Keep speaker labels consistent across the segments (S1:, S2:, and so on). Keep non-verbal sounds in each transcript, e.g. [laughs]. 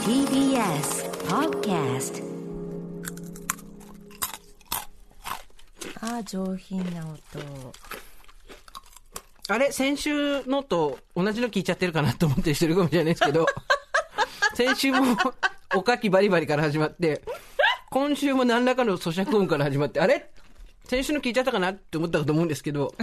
S1: TBS Podcast ああ上品な音
S2: あれ先週のと同じの聞いちゃってるかなと思ってる人いるかもしれないですけど、先週もおかきバリバリから始まって、今週も何らかの咀嚼音から始まって、あれ先週の聞いちゃったかなって思ったと思うんですけど、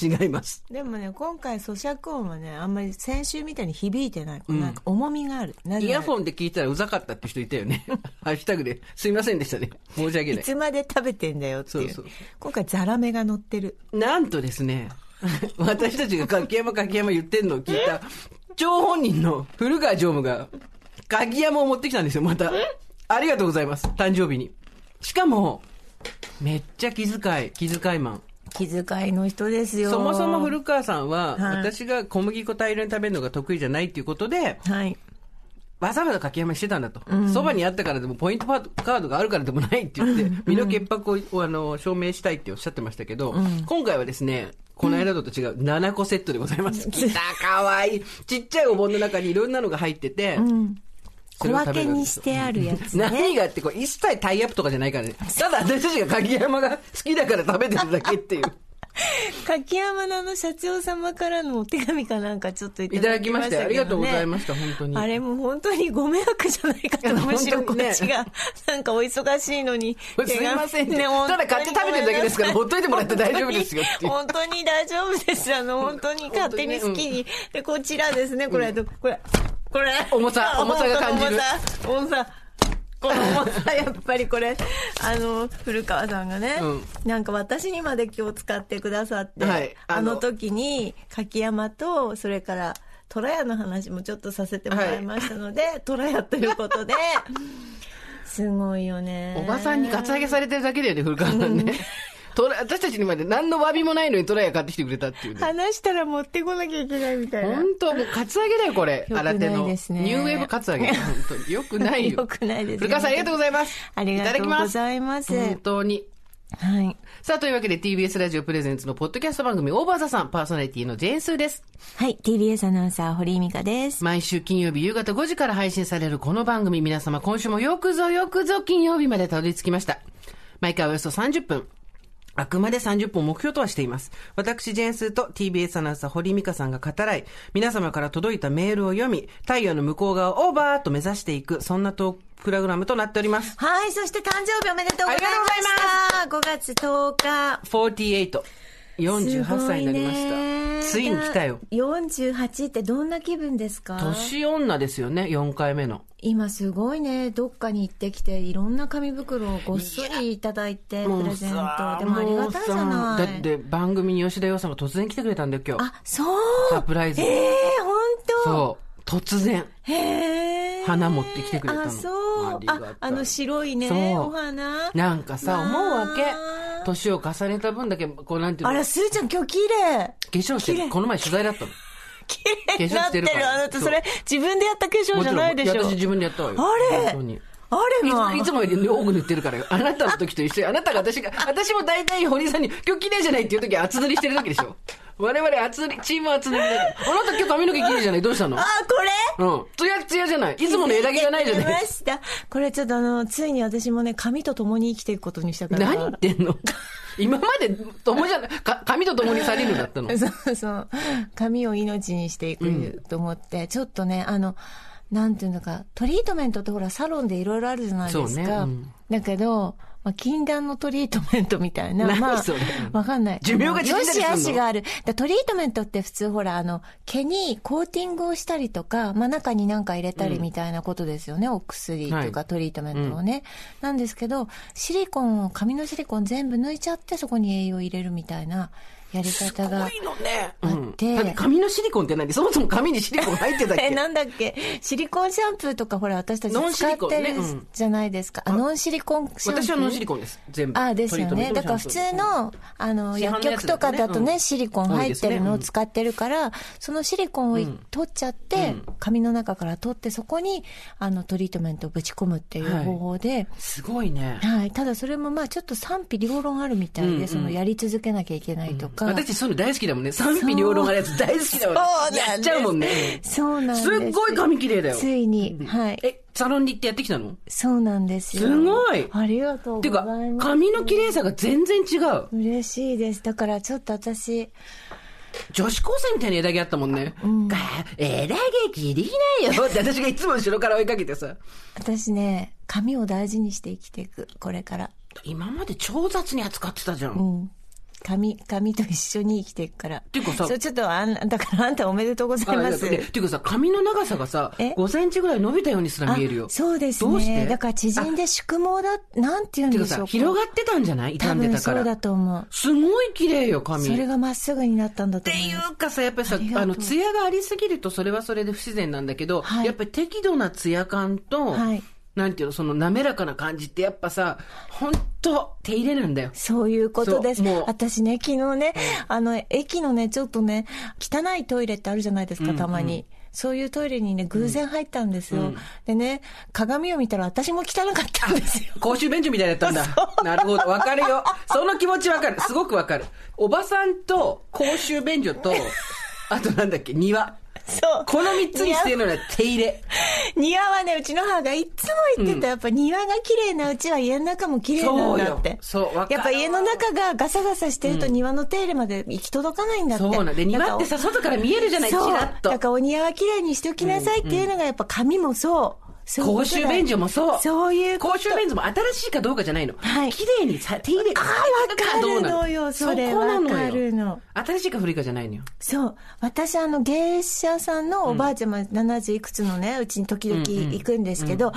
S2: 違います。
S3: でもね今回咀嚼音はねあんまり先週みたいに響いてない、なんか重みがあるなぜなら
S2: イヤホンで聞いたらうざかったって人いたよね。 [laughs] ハッシュタグで、すいませんでしたね。申し訳ない
S3: い。つまで食べてんだよっていう
S2: そうそう
S3: 今回ザラメが乗ってる
S2: なんとですね、 [laughs] 私たちが柿山柿山言ってんのを聞いた、張本人の古川常務が、柿山を持ってきたんですよ、また。ありがとうございます、誕生日に。しかも、めっちゃ気遣い、気遣いマン。
S3: 気遣いの人ですよ
S2: そもそも古川さんは、
S3: はい
S2: 私が小麦粉大量に食べるのが得意じゃないっていうことで、
S3: はい
S2: わざわざ柿山してたんだと。そば、にあったからでも、ポイントパートカードがあるからでもないって言って、身の潔白ををあの証明したいっておっしゃってましたけど、今回はですね、この間のと違う7個セットでございます。きた、かわいい。ちっちゃいお盆の中にいろんなのが入ってて、
S3: 小
S2: それを食
S3: 分
S2: べ
S3: け
S2: るんで
S3: に
S2: す
S3: し
S2: よ
S3: てあるや
S2: [laughs]
S3: つ
S2: 何
S3: ね
S2: がってこれ一切タイアップとかじゃないからね。ただ私たちが柿山が好きだから食べてるだけっ
S3: [laughs]
S2: ていう。
S3: 柿山のあの社長様からのお手紙かなんかちょっとい
S2: い
S3: た
S2: た
S3: だ
S2: だ
S3: き
S2: き
S3: ま
S2: ま
S3: し
S2: したた
S3: けど、ね、
S2: ありがとうございました、本当に。
S3: あれも本当にご迷惑じゃないか
S2: い
S3: と、
S2: や
S3: むしろこ
S2: [laughs] 本当にね
S3: っちが、なんかお忙しいのに。
S2: これすいませんってただ買って食べてるだけですからほっといてもらって大丈夫ですよってい
S3: [laughs]
S2: う
S3: 本当に本当に大丈夫です。あの、本当に勝手に好きに。で、こちらですね、これ、これ、これ。
S2: 重さ重さが感じる
S3: 重さ、重さ。この重さ、 [laughs] やっぱりこれ、あの、古川さんがね、
S2: うん
S3: なんか私にまで気を使ってくださって、
S2: はい
S3: あ
S2: あ
S3: の
S2: の
S3: 時に、柿山と、それから、虎屋の話もちょっとさせてもらいましたので、虎屋ということ
S2: [laughs]
S3: で、すごいよね。
S2: おばさんにカツアゲされてるだけだよね、古川さんね。トラ私たちにまで何の詫びもないのにトラヤ買ってきてくれたっていうね。
S3: 話したら持ってこなきゃいけないみたいな
S2: 本。当もうカツアゲだよ、これ。
S3: 良くない
S2: 新手の。ニ
S3: ですね
S2: ューウェーブカツアゲ。本当に。よくないよ。
S3: [laughs] 良くないですね
S2: 古川さん、ありがとうございます。
S3: ありがとうございま
S2: ただ
S3: す。
S2: きます。本当に。
S3: はい。
S2: さあ、というわけで TBS ラジオプレゼンツのポッドキャスト番組、オーバーザさん、パーソナリティのジェーンスーです。
S3: はい、TBS アナウンサー、堀井美香です。
S2: 毎週金曜日夕方5時から配信されるこの番組皆様今週もよくぞよくぞ金曜日までたどり着きました毎回およそ30分あくまで30分を目標とはしています。私、ジェーンスーと TBS アナウンサー、堀井美香さんが語らい、皆様から届いたメールを読み、太陽の向こう側をオーバーと目指していく、そんなトークプログラムとなっております。
S3: はい、そして誕生日おめでとうございました。5月10日。
S2: 48、48歳になりまし
S3: すごいね
S2: た。ついに来たよ。。
S3: 48ってどんな気分ですか
S2: 年女ですよね、4回目の。
S3: 今すごいね、どっかに行ってきて、いろんな紙袋をごっそりいただいて、プレゼント。でもありがたいじゃ
S2: もう
S3: な
S2: さ
S3: い。
S2: だって番組に吉田洋さんが突然来てくれたんだよ、今日。
S3: あ、そう
S2: サプライズ
S3: ええ本当
S2: そう。突然。
S3: へえ
S2: 花持ってきてくれたの
S3: あ、そう
S2: あ。りがたい
S3: あ、あの白いね、
S2: そう
S3: お花。
S2: なんかさ、
S3: まあ
S2: 思うわけ。年を重ねた分だけ、こうなんていう
S3: あ
S2: の、
S3: ら、
S2: 化
S3: すーちゃん今日綺麗。
S2: 粧して
S3: 綺
S2: る。
S3: 麗
S2: この前取材だったの。
S3: 綺麗になってる
S2: 化粧してるから
S3: あなた
S2: そう
S3: それ自分でやった化 [laughs] 粧じゃないでしょ
S2: 私自分でやったわよ。
S3: あれ
S2: 本当に。
S3: あれま
S2: いついつもより多く塗ってるからよ。あなたの時と一緒に、あなたが私が、私も大体堀井さんに、今日綺麗じゃないっていう時は厚塗りしてる時でしょ。我々厚塗り、チーム厚塗りだけどあなた今日髪の毛綺麗じゃないどうしたの
S3: あこれ
S2: うん。ツヤツヤじゃない。いつもの枝毛がないじゃ
S3: [laughs] 出
S2: ない
S3: ま。したこれちょっとあのついに私もね髪と共に生きていくことにしたから
S2: 何言ってんの [laughs] 今まで共じゃなか髪と共に去りぬだったの。
S3: [laughs] そうそう。髪を命にしていくと思って、ちょっとね、あの、なんていうのか、トリートメントってほら、サロンでいろいろあるじゃないです
S2: そうね
S3: か。
S2: うん
S3: だけど、まあ、禁断のトリートメントみたいな。
S2: [laughs] 何
S3: まあ
S2: それ、
S3: わかんない。
S2: 寿命が縮んだ
S3: よ
S2: りす
S3: し
S2: るの
S3: 悪しがある。だトリートメントって普通ほら、あの、毛にコーティングをしたりとか、まあ中になんか入れたりみたいなことですよね。お薬とか
S2: はい
S3: トリートメントをね。なんですけど、シリコンを、髪のシリコン全部抜いちゃって、そこに栄養入れるみたいなやり方が。
S2: のね。
S3: あ
S2: うん
S3: っ。て
S2: だって髪のシリコンって何 [laughs] そもそも髪にシリコン入ってたっ
S3: え、
S2: け
S3: なんだっけシリコンシャンプーとかほら私たち
S2: ノンシ
S3: 使っ
S2: リコン
S3: て
S2: ね
S3: る
S2: うん
S3: じゃないですか。あ、ノンシリコンシャンプー。
S2: 私はノンシリコンです。全部。
S3: あですよ
S2: トリー
S3: ね。
S2: トメ
S3: だ
S2: ン
S3: から
S2: トシ
S3: 普
S2: ャンプー
S3: 通の、あの、
S2: 市販のや
S3: 薬
S2: つだとね
S3: 局とかだと
S2: う
S3: ね、
S2: ん
S3: シリコン入ってるのを使ってるから、そのシリコンをい取っちゃって、髪の中から取って、そこに、あの、トリートメントをぶち込むっていう
S2: はい
S3: 方法で、
S2: すごいね。
S3: はい。ただそれもまあちょっと賛否両論あるみたいで、
S2: うんうん
S3: そのやり続けなきゃいけないとか、か
S2: 私そういうの大好きだもんね。賛否両論あるやつ大好きだもんね。
S4: そうなんです
S2: やっちゃうもんね。
S3: そうなんです
S2: すっごい髪綺麗だよ。
S3: ついにはい
S2: え、サロンに行ってやってきたの
S3: そうなんですよ
S2: すごい
S3: ありがとう
S2: て
S3: ご
S2: いうか
S3: ざい、ます
S2: 髪の綺麗さが全然違う。
S3: 嬉しいですだからちょっと私
S2: 女子高生みたいな枝毛あったもんね。が枝毛切りなよって私がいつも後ろから追いかけてさ。
S3: 私ね髪を大事にして生きていくこれから
S2: 今まで超雑に扱ってたじゃん。
S3: うん髪髪と一緒に生きていくから
S2: ていうかさ
S3: そうちょっとあんだからあんたおめでとうござい
S2: あ
S3: ま
S2: りがと
S3: す
S2: うねていうかさ、髪の長さがさ、
S3: え
S2: 5センチぐらい伸びたようにすら見えるよ。
S3: あそうですね
S2: どうして
S3: だから縮んで宿毛だなんて言うん
S2: てい
S3: で
S2: うか
S3: しょうか
S2: さ、広がってたんじゃない傷
S3: 多
S2: んで
S3: 分
S2: たか
S3: そう
S2: ら。
S3: だと思う
S2: すごい綺麗よ、髪。
S3: それがまっすぐになったんだと
S2: っ
S3: 思
S2: て
S3: い
S2: い
S3: ます
S2: うかさ、やっぱりさ、
S3: あり
S2: あ
S3: がとう
S2: の、ツヤがありすぎるとそれはそれで不自然なんだけど、
S3: はい
S2: やっぱり適度なツヤ感と、
S3: はい
S2: なんていうの、その滑らかな感じってやっぱさ、ほんと手入れなんだよ。
S3: そういうことです
S2: そうもう。
S3: 私ね、昨日ね、あの、駅のね、ちょっとね、汚いトイレってあるじゃないですか、たまに。そういうトイレにね、偶然入ったんですよ。でね、鏡を見たら私も汚かったんです
S2: [laughs]
S3: よ。
S2: 公衆便所みたいだったんだ。なるほど。わかるよ。その気持ちわかる。すごくわかる。おばさんと公衆便所
S3: [laughs]
S2: と、あとなんだっけ、庭。
S3: そう。
S2: この3つにしてるのは手入れ。
S3: 庭はね、うちの母がいつも言ってた、やっぱ庭が綺麗なうちは家の中も綺麗なんだって。
S2: そうよそうわかる
S3: やっぱ家の中がガサガサしてると庭の手入れまで行き届かないんだって。
S2: そうなんで、
S3: だか
S2: 庭
S3: ら
S2: ってさ、外から見えるじゃない、ち
S3: そう
S2: らっと
S3: だ。からお庭は綺麗にしておきなさいっていうのがやっぱ髪もそう。そういうこ
S2: 公
S3: とだ
S2: 衆便所もそう。
S3: そういうこと
S2: 公衆便所も新しいかどうかじゃないの。
S3: はい
S2: 綺麗にさ、手入れ。あ
S3: あーわかるのよそれ
S2: こなのよ
S3: わかるの
S2: 新しいか古いかじゃないのよ。
S3: そう。私、あの、芸者さんのおばあちゃま、70いくつのね、うちに時々行くんですけど、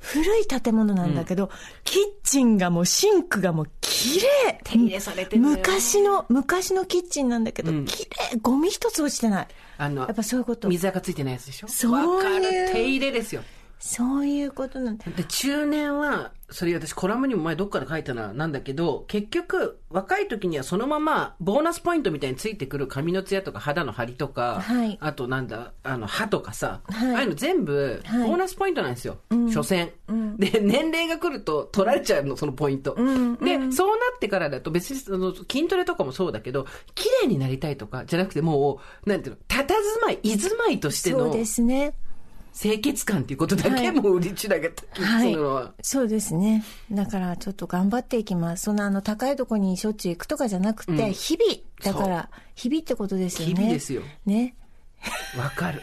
S3: 古い建物なんだけど、キッチンがもう、シンクがもう、綺麗
S2: 手入れされてんのよ
S3: 昔の、昔のキッチンなんだけど、綺麗ゴミ一つ落ちてない。
S2: あの、
S3: やっぱそういうこと。
S2: 水垢ついてないやつでしょ
S3: そういう
S2: わかる。手入れですよ。
S3: そういうことなんだ。
S2: で、中年は、それ私コラムにも前どっかで書いたな、なんだけど、結局、若い時にはそのまま、ボーナスポイントみたいについてくる髪のツヤとか肌の張りとか、
S3: はい
S2: あとなんだ、あの、歯とかさ、
S3: はい
S2: ああいうの全部、
S3: はい
S2: ボーナスポイントなんですよ。所詮、で、年齢が来ると取られちゃうの、そのポイント。で、そうなってからだと別に、その、筋トレとかもそうだけど、綺麗になりたいとか、じゃなくてもう、なんていうの、佇まい、居住まいとして
S3: そう
S2: の、
S3: ですね。
S2: 清潔感っていうことだけもう売り散らけた気がするのは。
S3: そうですね。だから、ちょっと頑張っていきます。そんな、あの、高いとこにしょっちゅう行くとかじゃなくて、日々。だから、日々ってことですよね。
S2: 日々ですよ
S3: ね。
S2: わかる。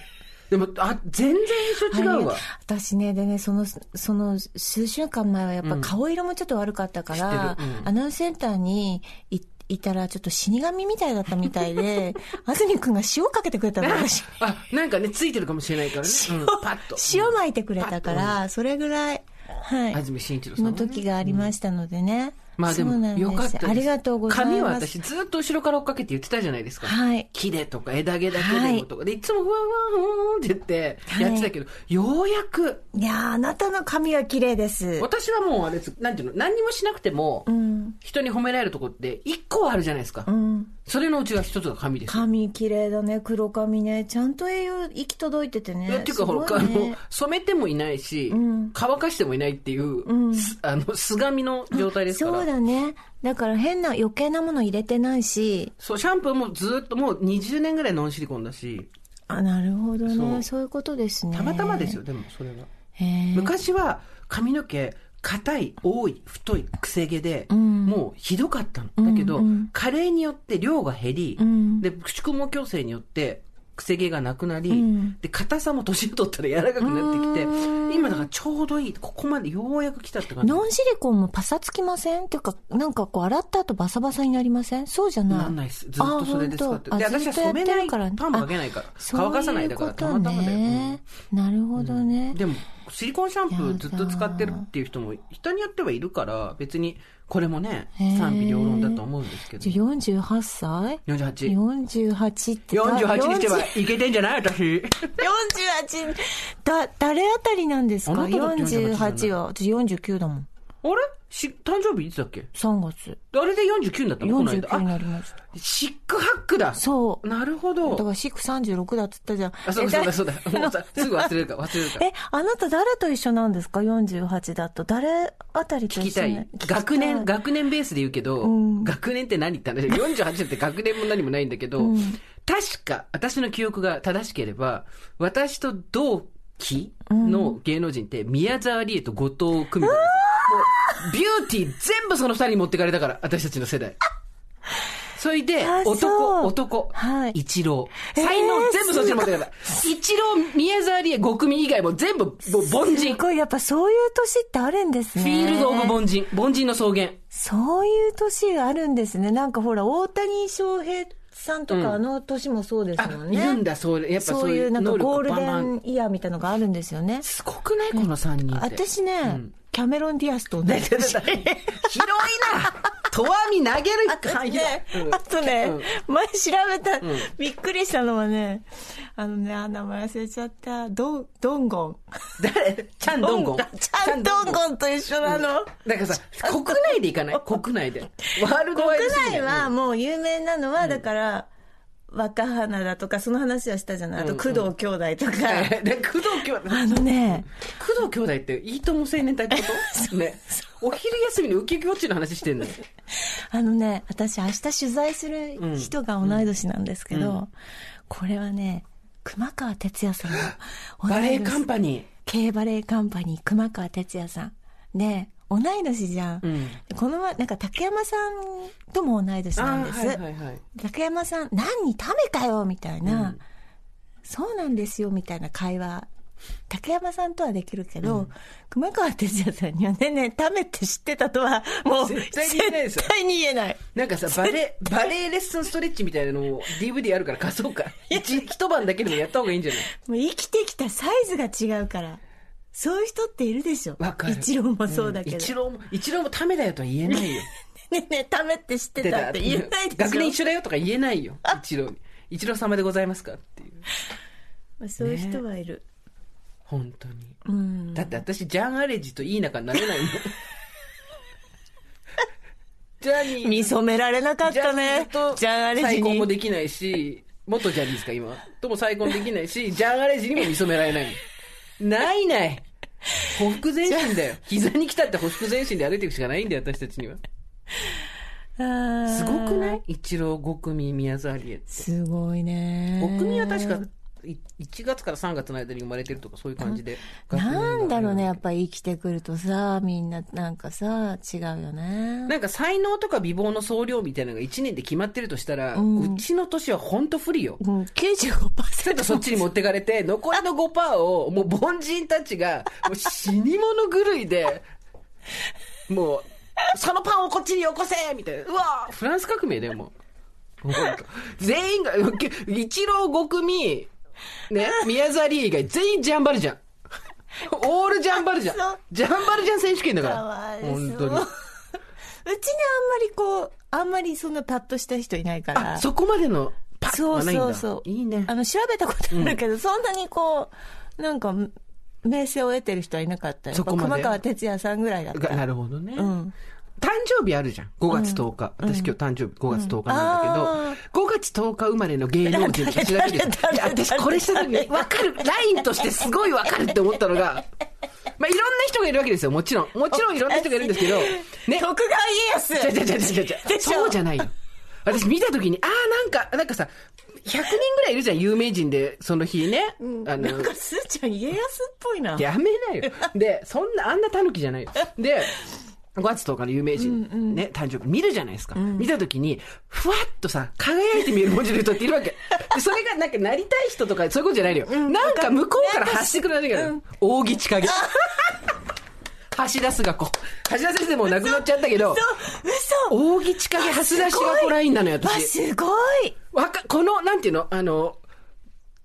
S2: でも、あ、全然印象違うわ
S3: ありがと。私ね、でね、その、その、数週間前はやっぱ顔色もちょっと悪かったから、
S2: 知ってるうん
S3: アナウンスセンターにいいたら、ちょっと死神みたいだったみたい
S2: [laughs]
S3: で、安住くんが塩かけてくれたの、私。
S2: あ、なんかね、ついてるかもしれないからね。うん、パッと。
S3: 塩まいてくれたから、それぐらい、はい。
S2: 安住紳一郎さんも
S3: の
S2: ね
S3: 時がありましたのでね。
S2: まあ
S3: そ
S2: で
S3: うな
S2: も、
S3: んす
S2: よかったです。
S3: ありがとうございます。
S2: 髪は私ずっと後ろから追っかけて言ってたじゃないですか。
S3: はい
S2: 木でとか枝毛だけでもとか。で、いつもふわふわふわって言って
S3: はい
S2: やってたけど、ようやく、
S3: いやーあなたの髪は綺麗です。
S2: 私はもうあれです、なんていうの、何にもしなくても、
S3: うん。
S2: 人に褒められるとこって一個はあるじゃないですか
S3: う。ん。
S2: それのうちが一つが髪です。
S3: 髪綺麗だね、黒髪ね。ちゃんと栄養行き届いててね。
S2: いやっていうか、ほら、
S3: すご
S2: あ
S3: い
S2: の
S3: ね、
S2: 染めてもいないし、
S3: ん
S2: 乾かしてもいないっていう、すあの、すがみの状態ですから。
S3: そうだね。だから変な余計なもの入れてないし。
S2: そう、シャンプーもずっともう20年ぐらいノンシリコンだし、
S3: あ、なるほどね。
S2: そ
S3: そうういうことですね。
S2: たまたまですよ、でもそれは。
S3: へー。
S2: 昔は髪の毛、硬い、多い、太い、くせ毛で、
S3: ん
S2: もうひどかったの。だけど、
S3: うんうん
S2: 加齢によって量が減り、
S3: うん
S2: で、宿毛矯正によって、くせ毛がなくなり、
S3: ん
S2: で、硬さも年を取ったら柔らかくなってきて、今だからちょうどいい、ここまでようやく来たって感じ。
S3: ノンシリコンもパサつきませんっていうか、なんかこう洗った後バサバサになりませんそうじゃない。
S2: なんないです。ずっとそれで使って
S3: あ
S2: る。で、
S3: 本当あ
S2: 私は染めな
S3: ずっとやってるから
S2: い、
S3: ね
S2: パンもかけないから、
S3: そういうこ
S2: 乾
S3: と
S2: かさないだから、たまたまだよ。うん
S3: ねなるほどね。
S2: でも、シリコンシャンプーずっと使ってるっていう人も、人によってはいるから、別に、これもね
S3: へ、ー
S2: 賛否両論だと思うんですけど
S3: じ。ゃあ48歳
S2: 48。
S3: 48ってだ
S2: 48にしてはいけてんじゃない私。
S3: 48だ誰あたりなんですか
S2: あなただって48
S3: 48は私49だもん
S2: あれし、誕生日いつだっけ
S3: 3月。
S2: あれで49になったのこの間。
S3: 49になりました。
S2: あ、シックハックだ。
S3: そう。
S2: なるほ
S3: だか
S2: ど。
S3: ら、シック36だって言ったじゃん。
S2: あ、そうだそうだそう
S3: だ。
S2: だ。
S3: [laughs]
S2: もうさすぐ忘れるから、忘れるから。
S3: え、あなた誰と一緒なんですか ?48 だと。誰あたりと
S2: 聞き
S3: 一緒
S2: たい。学年、
S3: が。
S2: 学年ベースで言うけど、
S3: ん
S2: 学年って何っ
S3: [laughs]
S2: て話。48って学年も何もないんだけど、確か、私の記憶が正しければ、私と同期の芸能人って、宮沢りえと後藤久美子です。もうビューティー全部その二人に持ってかれたから、私たちの
S3: [laughs]
S2: 世代。それで
S3: あ、そう
S2: 男、男、
S3: はい
S2: 一郎。
S3: えー
S2: 才能全部そっちに持ってかれた。一郎、宮沢りえ、五組以外も全部、もう凡
S3: す
S2: 人。
S3: ごい、やっぱそういう年ってあるんですね。
S2: フィールド・オブ・凡人。凡人の草原。
S3: そういう年があるんですね。なんかほら、大谷翔平さんと
S2: うん
S3: かあの年もそうですもん
S2: い
S3: ね。
S2: るんだ、そう、やっぱ
S3: そ
S2: そうう
S3: い
S2: いうう
S3: なんか
S2: 能力
S3: ゴール
S2: バン
S3: デ
S2: バン
S3: ンイヤーみたいのがあるんですよね。
S2: すごくないこの3人って。
S3: 私ね、キャメロン・ディアスと
S2: [laughs]
S3: 同じ
S2: 出てた広いなとわみ投げる
S3: あと
S2: か
S3: ね、
S2: うん
S3: あとね、前調べた、
S2: ん
S3: びっくりしたのはね、あのね、あ名前忘れちゃった、どん、どんごん。
S2: 誰ちゃんどんごん。
S3: ちゃんどんごんと一緒なの。
S2: なんかさ、国内で行
S3: [laughs]
S2: かない国内で。ワールドワイドす
S3: 国
S2: ぎない
S3: 内はもう有名なのは、だから、若花だとか、その話はしたじゃない。あと、工藤兄弟とか。
S2: うんで工藤兄弟。
S3: あのね、
S2: 工藤兄弟って、いいとも青年隊ってことね。お昼休みにウキウキウォッチの話してんのよ。
S3: あのね、私明日取材する人が同い年なんですけど、これはね、熊川哲也さんの同い年
S2: バレエカンパニー。
S3: K バレエカンパニー熊川哲也さん。ねえ同い年じゃん。
S2: ん
S3: この前、なんか竹山さんとも同い年なんです。
S2: はいはいはい。
S3: 竹山さん、何にためかよみたいな、そうなんですよみたいな会話。竹山さんとはできるけど、熊川哲也さんにはねえねえ、ためって知ってたとは、もう、
S2: [laughs] 絶対に言えないですよ
S3: 絶対に言えない。
S2: なんかさ、バレ、バレエレッスンストレッチみたいなのを DVD あるから貸そうか。一一晩だけでもやった方がいいんじゃない
S3: もう生きてきたサイズが違うから。そういう人っているでしょ。
S2: わかる
S3: 一郎もそうだけど。
S2: 一郎も、一郎もためだよとは言えな
S3: [laughs]
S2: いよ。
S3: ねえねえ、ためって知ってたって言えないでしょ。
S2: 学年一緒だよとか言えないよ。一郎に。一郎様でございますかっていう。
S3: まあそういう人はいる。
S2: 本当に。
S3: うん。
S2: だって私、ジャン・アレジといい仲になれ
S3: [laughs]
S2: ないもん。ジャニー
S3: 見初められなかったね。ジャンアレ
S2: 再
S3: ジ
S2: 婚も
S3: に。
S2: できないし、元ジャニーズか、今。とも再婚できない
S3: [laughs]
S2: し、ジャンアレジにも認められない。ないない。ほふ前進だよ。膝に来たってほふ前進で歩いていくしかないんだよ、私たちには。す
S3: す
S2: ごくない一郎五組宮沢りえ。
S3: すごいね。
S2: 五組は確か、い1月から3月の間に生まれてるとか、そういう感じで。
S3: なんだろうね、やっ
S2: ぱ。
S3: ぱり生きてくるとさ、みんななんかさ、違うよね。
S2: なんか才能とか美貌の総量みたいなのが1年で決まってるとしたら、うんちの年は本当不利よ。
S3: うん、95%
S2: そっちに持ってかれて、残りの5%を、もう凡人たちが、もう死に物狂いで、もう、そのパンをこっちによこせみたいな。うわフランス革命だよ、もう。もう本当全員が、一郎五組、
S3: [laughs]
S2: ね、宮沢りえ以外、全員ジャンバルジャン。オールジャンバルジャン
S3: そう。
S2: ジャンバルジャン選手権だか
S3: かわ
S2: ら。
S3: いそう
S2: 本当に。
S3: うちね、あんまりこう、あんまりそんなパッとした人いないから。
S2: あ、そこまでのパッ
S3: そ
S2: は
S3: う
S2: ないんだ。
S3: そうそう。
S2: いいね
S3: あ。の、調べたことあるけど、そんなにこう、なんか、名声を得てる人はいなかったよ。
S2: そこまで
S3: 熊川哲也さんぐらいだった。
S2: [laughs] なるほどね。
S3: うん。
S2: 誕生日あるじゃん。5月10日。私今日誕生日5月10日なんだけど、5月10日生まれの芸能人って調べてる
S3: [laughs] 誰誰
S2: いや私これした時に、わかる、ラインとしてすごいわかるって思っ
S3: [laughs]
S2: たのが、まあいろんな人がいるわけですよ。もちろん。もちろんいろんな人がいるんですけ
S3: [laughs]
S2: ど、ね。
S3: 徳川家康
S2: 違う違う違う違う違う。
S3: でしょ
S2: そうじゃないよ。私見た時に、ああ、なんか、なんかさ、100人ぐらいいるじゃん、有名人で、その日ね。あの
S3: なんか、すーちゃん家康っぽいな。
S2: やめなよ。で、そんな、あんな狸じゃないよ。で、5月10日の有名人、ね、誕生日見るじゃないですか。見たときに、ふわっとさ、輝いて見える文字の人っているわけ。でそれがなんかなりたい人とか、そういうことじゃないのよ。なんか向こうから発してくれないから、大木千景。橋田壽賀子。橋田先生もう亡くなっちゃったけど、
S3: 嘘
S2: 大木千景、橋田壽賀子ラインなのよ、
S3: わ、
S2: 私。
S3: すごい
S2: わか、この、なんていうのあの、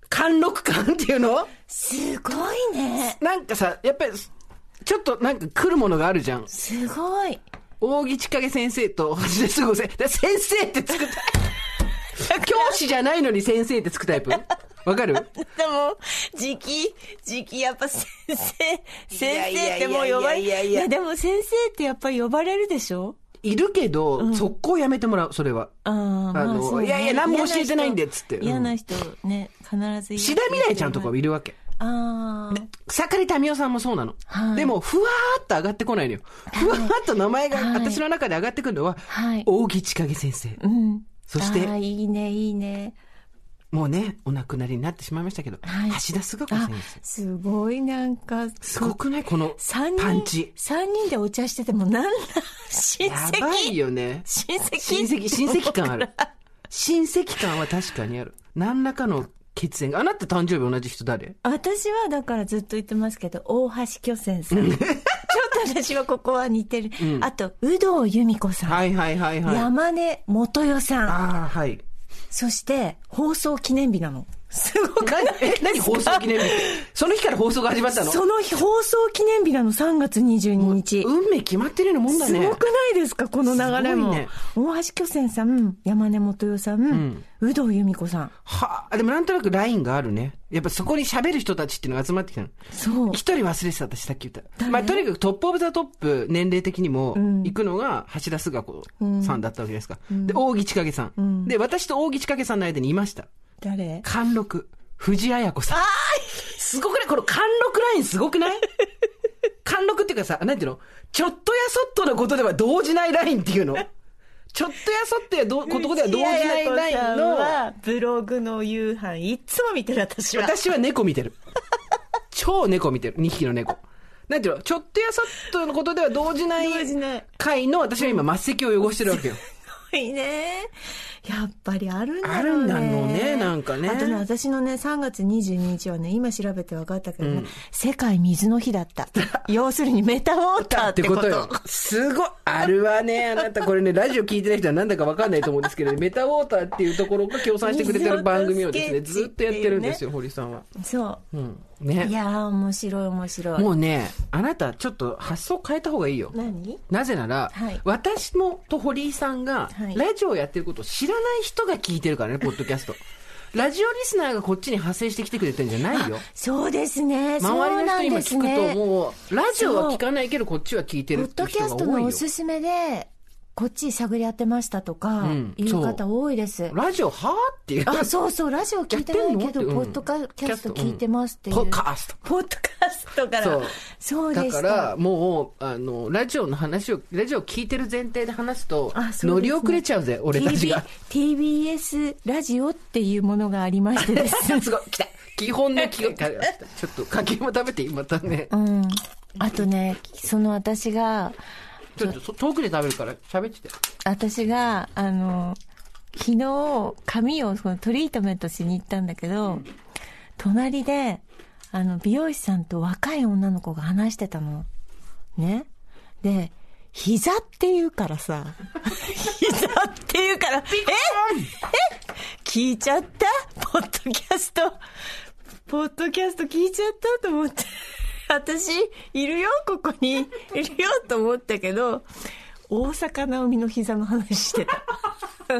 S2: 貫禄感っていうの
S3: すごいね。
S2: なんかさ、やっぱり、ちょっとなんか来るものがあるじゃん。
S3: すごい。
S2: 大木千景先生と橋田壽賀先生、だから先生って作った。
S3: [laughs]
S2: 教師じゃないのに先生ってつくタイプわかる
S4: でも、時期、時期やっぱ先生、先生ってもう呼ばれ、
S2: いやいやいやいやいや
S4: いやでも先生ってやっぱり呼ばれるでしょ
S2: いるけど、速攻やめてもらう、それは。
S4: あーまあ、
S2: あの
S4: そうね
S2: いやいや何も教えてないんでっつってうん
S4: 嫌な人、ね、必ず
S2: 志田未来ちゃんとかもいるわけ。
S4: ああ。
S2: 草刈民代さんもそうなの。
S3: はい
S2: でも、ふわーっと上がってこないのよ。ふわーっと名前が、私の中で上がってくるのは、
S3: はい
S2: 大木千景先生。
S3: うん。
S2: そして
S3: ああ、いいね、いいね。
S2: もうね、お亡くなりになってしまいましたけど、
S3: はい
S2: 橋田壽賀子
S3: あ
S2: 先、
S3: すごいなんか、
S2: 生。すごくないこの
S3: 三
S2: パン
S3: 人
S2: チ、。
S3: 三人でお茶しててもなんだ、親
S2: [laughs] やば
S3: 戚
S2: いよね。
S3: 親戚
S2: 親戚、親戚感ある。親戚感は確かにある。何らかの血縁が。あなた誕生日同じ人誰
S3: 私はだからずっと言ってますけど、大橋巨泉さん。ちょっと私はここは似てる。
S2: うん
S3: あと、有働由美子さん。
S2: はいはいはいはい。
S3: 山根元代さん。
S2: ああ、はい。
S3: そして、放送記念日なの。すごく。
S2: 何、え、何放送記念日 [laughs] って。その日から放送が始まったの
S3: その日放送記念日なの、3月22日。
S2: 運命決まってるようなもんだ
S3: す
S2: ね
S3: ご。くないですか、この流れも。
S2: す
S3: 大橋巨泉さん、山根元代さん
S2: ん、
S3: 有働由美子さん。
S2: はあ、でもなんとなくラインがあるね。やっぱそこに喋る人たちっていうのが集まってきたの。
S3: そう。
S2: 一人忘れてた、私さっき言った。まあ、とにかくトップオブザトップ、年齢的にも、行くのが橋田壽賀子さんだったわけですか。で、大木千景さん,、で、私と大木千景さんの間にいました。
S3: 誰
S2: 貫禄。藤あや子さん。すごくないこの貫禄ラインすごく [laughs] ない貫禄っていうかさ、なんていうのちょっとやそっとのことでは動じないラインっていうのちょっとやそってどことでは動じないラインの。
S4: はブログの夕飯いっつも見てる私は
S2: [laughs] 私は猫見てる。超猫見てる。2匹の猫。なんていうのちょっとやそっとのことでは動じない
S4: 動じない
S2: 回の私は今末席を汚してるわけよ。
S4: いいねやっぱりあるんだろうね
S2: あるんだろうねなんかね
S3: あとね、私のね、3月22日はね、今調べて分かったけどね、世界水の日だ
S2: [laughs]
S3: った。要するにメタウォーター
S2: だ
S3: っ
S2: ってて
S3: こ。
S2: こととよ。すごい。あるわね。あなたこれね、ラジオ聞いてない人はなんだかわかんないと思うんですけど、メタウォーターっていうところが協賛してくれてる番組をですね、
S4: 水
S2: ず
S4: 音
S2: っ
S4: ス
S2: と
S4: ケ
S2: や
S4: ッ
S2: っ
S4: チっていうね
S2: てるんですよ、堀さんは。
S3: そ
S2: うん。
S3: う。い
S2: ね。
S3: やー、面白い面白い。
S2: もうね、あなたちょっと発想変えた方がいいよ。
S3: 何
S2: なぜなら、
S3: はい
S2: 私もと堀井さんが
S3: はい、
S2: ラジオをやってることを知らない人が聞いて
S3: [laughs]
S2: るからね、ポッドキャスト。ラジオリスナーがこっちに派生してきてくれてんじゃないよ。
S3: そうですね。そ
S2: 周
S3: う
S2: りの
S3: な
S2: 人
S3: ん
S2: 今
S3: です
S2: 聞くと、
S3: ね。
S2: もう、ラジオは聞かないけど、こっちは聞いて
S3: ポ
S2: る
S3: ッ
S2: ってい
S3: ド
S2: う
S3: キ
S2: 人
S3: ャ
S2: が
S3: スト
S2: 多い
S3: の
S2: よ
S3: お。すすめで、こっち探り当てましたとか
S2: ん、
S3: いう方多いです。
S2: ラジオはっていう。
S3: あ、そうそう、ラジオ聞いてないけど、
S2: やってん
S3: ポ
S2: の
S3: ッドキャスト聞いてますっていう。
S2: ポッカースト。
S4: ポッドキャストから
S2: そう。
S3: そうで
S2: だ
S3: した。
S2: から、もう、あの、ラジオの話を、ラジオ聞いてる前提で話すと、
S3: あそうですね
S2: 乗り遅れちゃうぜ、俺たち
S3: TB
S2: が。
S3: TBS ラジオっていうものがありましてです
S2: [laughs] すごい、来た。基本の気が、 [laughs] ちょっと、かきも食べていい、またね。
S3: うんあとねその私が
S2: ちょっとそ遠くで食べるから喋ってて。
S3: 私があの昨日髪をそのトリートメントしに行ったんだけど、隣であの美容師さんと若い女の子が話してたのねで膝って言うからさ [laughs] 膝って言うからえ聞いちゃったポッドキャスト。ポッドキャスト聞いちゃったと思って。私、いるよ、ここに。いるよ、と思ったけど、大坂なおみの膝の話してた。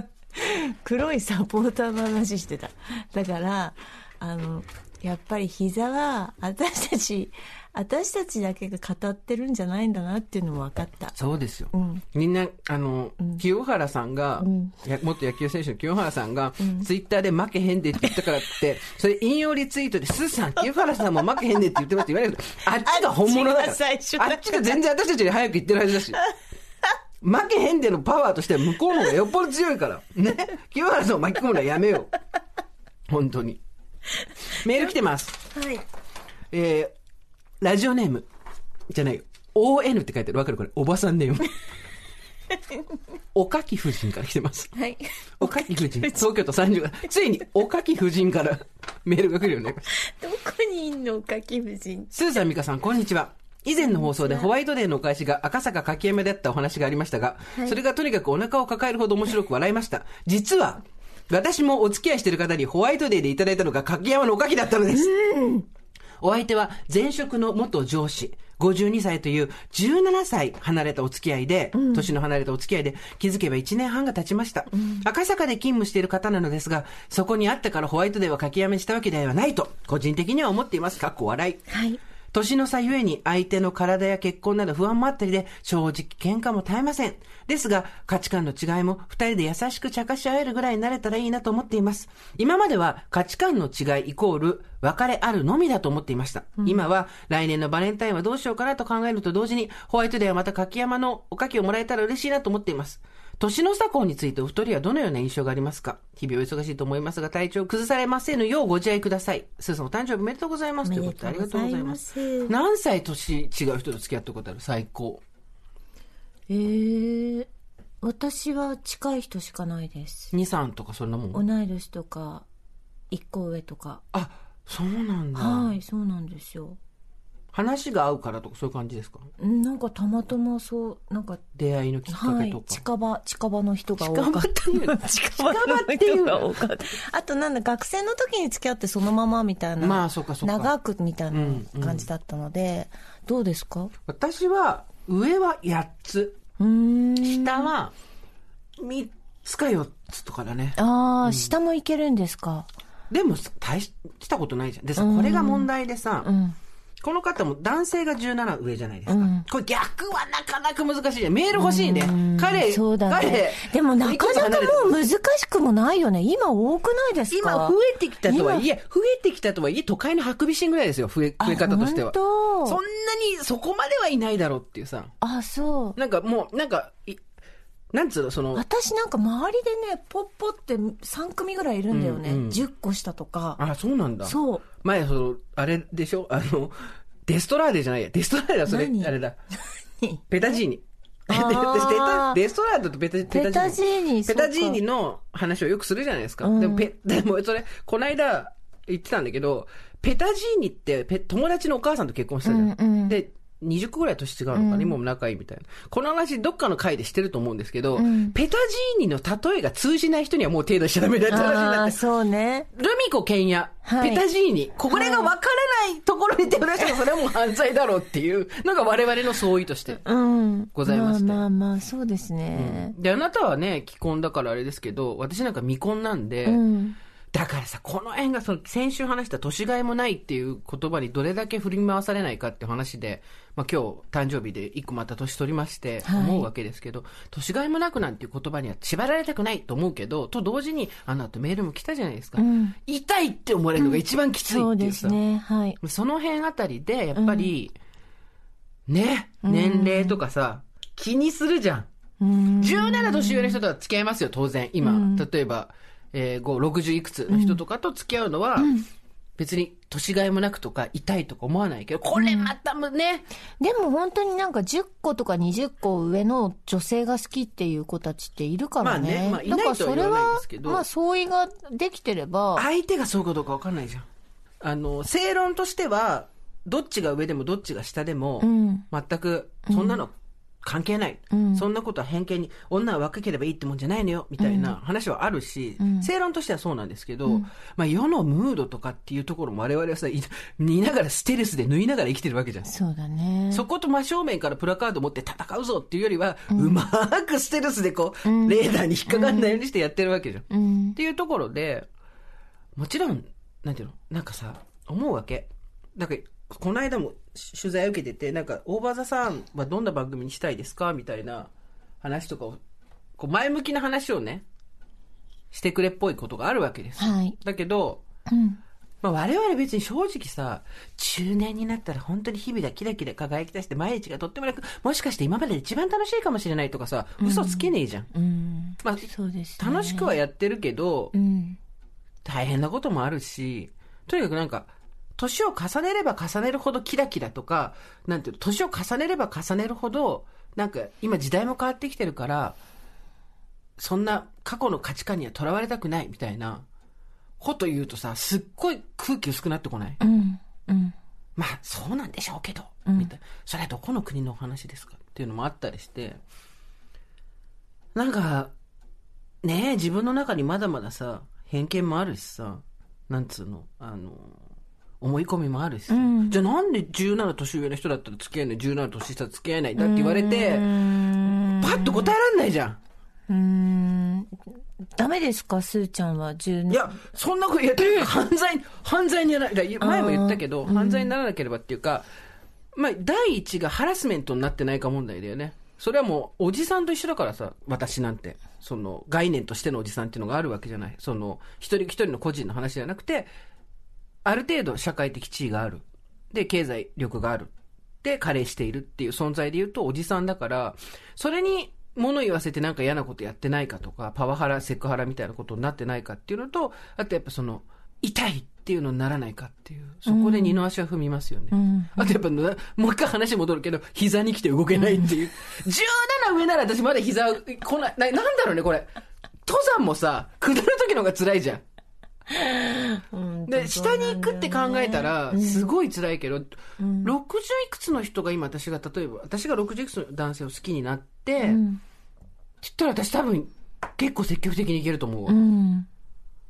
S3: [laughs] 黒いサポーターの話してた。だから、あの、やっぱり膝は、私たち、私たちだけが語ってるんじゃないんだなっていうのも分かった。
S2: そうですよ。
S3: ん
S2: みんな、あの、清原さんが、や元野球選手の清原さんが、ツイッターで負けへんでって言ったからって、それ引用リツイートで、スーさん、清原さんも負けへんでって言ってますって言われるけど、あっちが本物だから。
S3: あっちが最初だ
S2: あ
S3: から
S2: っちが全然私たちより早く言ってるはずだし。負けへんでのパワーとしては向こうの方がよっぽど強いから。ね。清原さんを巻き込むのはやめよう。本当に。メール来てます。
S4: はい
S2: えー、ラジオネーム、じゃないよ。ON って書いてある。わかるこれ。おばさんネーム。 [laughs] おかき夫人から来てます。
S4: はい [laughs]
S2: おかき夫人。東京都30代。ついに、おかき夫人からメールが来るようになりました。
S4: どこにいんのかき夫人
S2: スーさん、ミカさん、こんにちは。以前の放送でホワイトデーのお返しが赤坂柿山であったお話がありましたが、それがとにかくお腹を抱えるほど面白く笑いました。実は、私もお付き合いしている方にホワイトデーでいただいたのが柿山のおかきだったのです。お相手は前職の元上司、 52歳という17歳離れたお付き合いで、年の離れたお付き合いで、気づけば1年半が経ちました。赤坂で勤務している方なのですが、そこにあったからホワイトデーは書きやめしたわけではないと、個人的には思っています。かっこ笑い。
S4: はい。
S2: 年の差ゆえに相手の体や結婚など不安もあったりで、正直喧嘩も絶えません。ですが、価値観の違いも二人で優しく茶化し合えるぐらいになれたらいいなと思っています。今までは価値観の違いイコール別れあるのみだと思っていました。今は来年のバレンタインはどうしようかなと考えると同時に、ホワイトデーはまた柿山のおかきをもらえたら嬉しいなと思っています。年の差婚についてお二人はどのような印象がありますか日々お忙しいと思いますが体調を崩されませぬようご自愛ください。スーさんお誕生日おめでとうございます。ということでありがとうございます。
S4: おめでとうございま
S2: 何歳年違う人と付き合ったことある最高。
S3: えー、私は近い人しかないです。
S2: 2、3とかそんなも
S3: 同
S2: ん。
S3: い年とか、一個上とか。
S2: あ、そうなんだ。
S3: はい、そうなんですよ。
S2: 話が合うからとかそういう感じですか
S3: うんなんかたまたまそう、なんか、
S2: 出会いのきっか
S3: は
S2: け
S3: い
S2: と、か。
S3: 近場、近場の人が多かった。 [laughs]
S4: 近場っていうのが多かった。
S3: あとなんだ、学生の時に付き合ってそのままみたいな。
S2: まあ、そうかそうか。
S3: 長くみたいな感じだったので、どうですか
S2: 私は、上は8つ。
S3: うーん。
S2: 下は、3つか4つとかだね。
S3: ああ、下もいけるんですか。
S2: でもさ、大したことないじゃん。でさ、これが問題でさ、
S3: うん。
S2: この方も男性が17上じゃないですか。
S3: うん
S2: これ逆はなかなか難しいね。メール欲しいね。彼、
S3: そうだね。
S2: 彼、
S3: でもなかなかもう難しくもないよね。今多くないですか
S2: 今増えてきたとはいえ、増えてきたとはいえ、都会のハクビシンぐらいですよ、増え、増え方としては。
S3: あ本当
S2: そんなに、そこまではいないだろうっていうさ。
S3: あ、そう。
S2: なんかもう、なんか、いなんつうの、その、
S3: 私なんか周りでね、ポッポって3組ぐらいいるんだよね。
S2: うんうん
S3: 10個下とか。
S2: あ、そうなんだ。
S3: そう。
S2: 前、その、あれでしょあの、デストラーデじゃないや。デストラーデだ、それ、
S3: 何
S2: あれだ。
S3: 何
S2: ペタジーニ。
S3: あー
S2: 私デ [laughs] タデストラーデとペタ
S3: ペタジーニ。
S2: ペタジーニ
S3: そうか
S2: の話をよくするじゃないですか。
S3: うん
S2: でもペ、でもそれ、こないだ言ってたんだけど、ペタジーニってペ友達のお母さんと結婚したじゃん。
S3: うんうん
S2: で、20個ぐらい年違うのかな、今も仲いいみたいな。この話、どっかの回でしてると思うんですけど、
S3: ん
S2: ペタジーニの例えが通じない人にはもう手出しちゃダメだって話に
S3: あ
S2: な
S3: あ
S2: っ
S3: ー、
S2: て。
S3: そうね。
S2: ルミコケンヤ、
S3: はい
S2: ペタジーニ、これがわからないところに手を出したらそれはもう犯罪だろうっていうのが我々の相違として。
S3: うん。
S2: ございまして
S3: あまあまあ、そうですね。
S2: で、あなたはね、既婚だからあれですけど、私なんか未婚なんで、
S3: うん。
S2: だからさ、この辺がその先週話した年がいもないっていう言葉にどれだけ振り回されないかって話で、まあ今日誕生日で一個また年取りまして
S3: はい
S2: 思うわけですけど、年がいもなくなんていう言葉には縛られたくないと思うけど、と同時にあの後メールも来たじゃないですか。
S3: うん
S2: 痛いって思われるのが一番きつい
S3: そう
S2: ってい
S3: で
S2: うさ。
S3: すね。はい。
S2: その辺あたりで、やっぱり、ね、年齢とかさ、気にするじゃん。
S3: うん。
S2: 17年上の人とは付き合いますよ、当然。今、例えば、えー、5、60いくつの人とかと付き合うのは、別に年がいもなくとか痛いとか思わないけど、これまたもね、
S3: でも本当になんか10個とか20個上の女性が好きっていう子たちっているからね。
S2: まあねまあい
S3: だ
S2: ない
S3: から
S2: と
S3: そ
S2: は言
S3: れ
S2: わないで
S3: は
S2: すけ、ど
S3: まあ相違ができてれば、
S2: 相手がそうかどうかわかんないじゃん。あの、正論としては、どっちが上でもどっちが下でも、
S3: うん。
S2: 全く、そんなの関係ない、
S3: うん
S2: そんなことは偏見に、女は若ければいいってもんじゃないのよ、みたいな話はあるし、
S3: ん
S2: 正論としてはそうなんですけど、まあ世のムードとかっていうところも我々はさ、い見ながらステルスで縫いながら生きてるわけじゃん。
S3: そうだね。
S2: そこと真正面からプラカード持って戦うぞっていうよりは、うまーくステルスでこう、レーダーに引っかかんないようにしてやってるわけじゃん。っ
S3: うん。
S2: ていうところで、もちろん、なんていうのなんかさ、思うわけ。なんか、この間もし取材受けてて、なんか、オーバーザさんはどんな番組にしたいですかみたいな話とかを、こう前向きな話をね、してくれっぽいことがあるわけですよ。
S3: はい。
S2: だけど、
S3: うん。
S2: まあ、我々別に正直さ、中年になったら本当に日々がキラキラ輝き出して毎日がとっても楽、もしかして今までで一番楽しいかもしれないとかさ、嘘つけねえじゃん。
S3: うん。
S2: まあ、
S3: そうです、ね。
S2: 楽しくはやってるけど
S3: う、ん。
S2: 大変なこともあるし、とにかくなんか、年を重ねれば重ねるほどキラキラとか、なんていうの、年を重ねれば重ねるほど、なんか今時代も変わってきてるから、そんな過去の価値観にはとらわれたくないみたいなこと言うとさ、すっごい空気薄くなってこない
S3: うん。うん。
S2: まあそうなんでしょうけど、
S3: うん
S2: みたいな。それはどこの国のお話ですかっていうのもあったりして、なんか、ねえ、自分の中にまだまださ、偏見もあるしさ、なんつうの、あの、思い込みもあるし、じゃあなんで17年上の人だったら付き合えない17年下付き合えないんだって言われてパッと答えられないじゃん
S3: うーんダメですかすーちゃんは17、
S2: いや、そんなこと、いや、犯罪、犯罪にならない。いや前も言ったけど、犯罪にならなければっていうか、まあ、第一がハラスメントになってないか問題だよね。それはもう、おじさんと一緒だからさ、私なんて。その、概念としてのおじさんっていうのがあるわけじゃない。その、一人一人の個人の話じゃなくて、ある程度社会的地位がある。で、経済力がある。で、加齢しているっていう存在で言うと、おじさんだから、それに物言わせてなんか嫌なことやってないかとか、パワハラ、セクハラみたいなことになってないかっていうのと、あとやっぱその、痛いっていうのにならないかっていう、そこで二の足は踏みますよね。あとやっぱ、もう一回話戻るけど、膝に来て動けないっていう。17上なら私まだ膝、こない、な、なんだろうね、これ。登山もさ、下る時の方が辛いじゃん。で下に行くって考えたらすごい辛いけど、60いくつの人が今私が例えば私が60いくつの男性を好きになって、うん、って言ったら私多分結構積極的にいけると思うわ、うん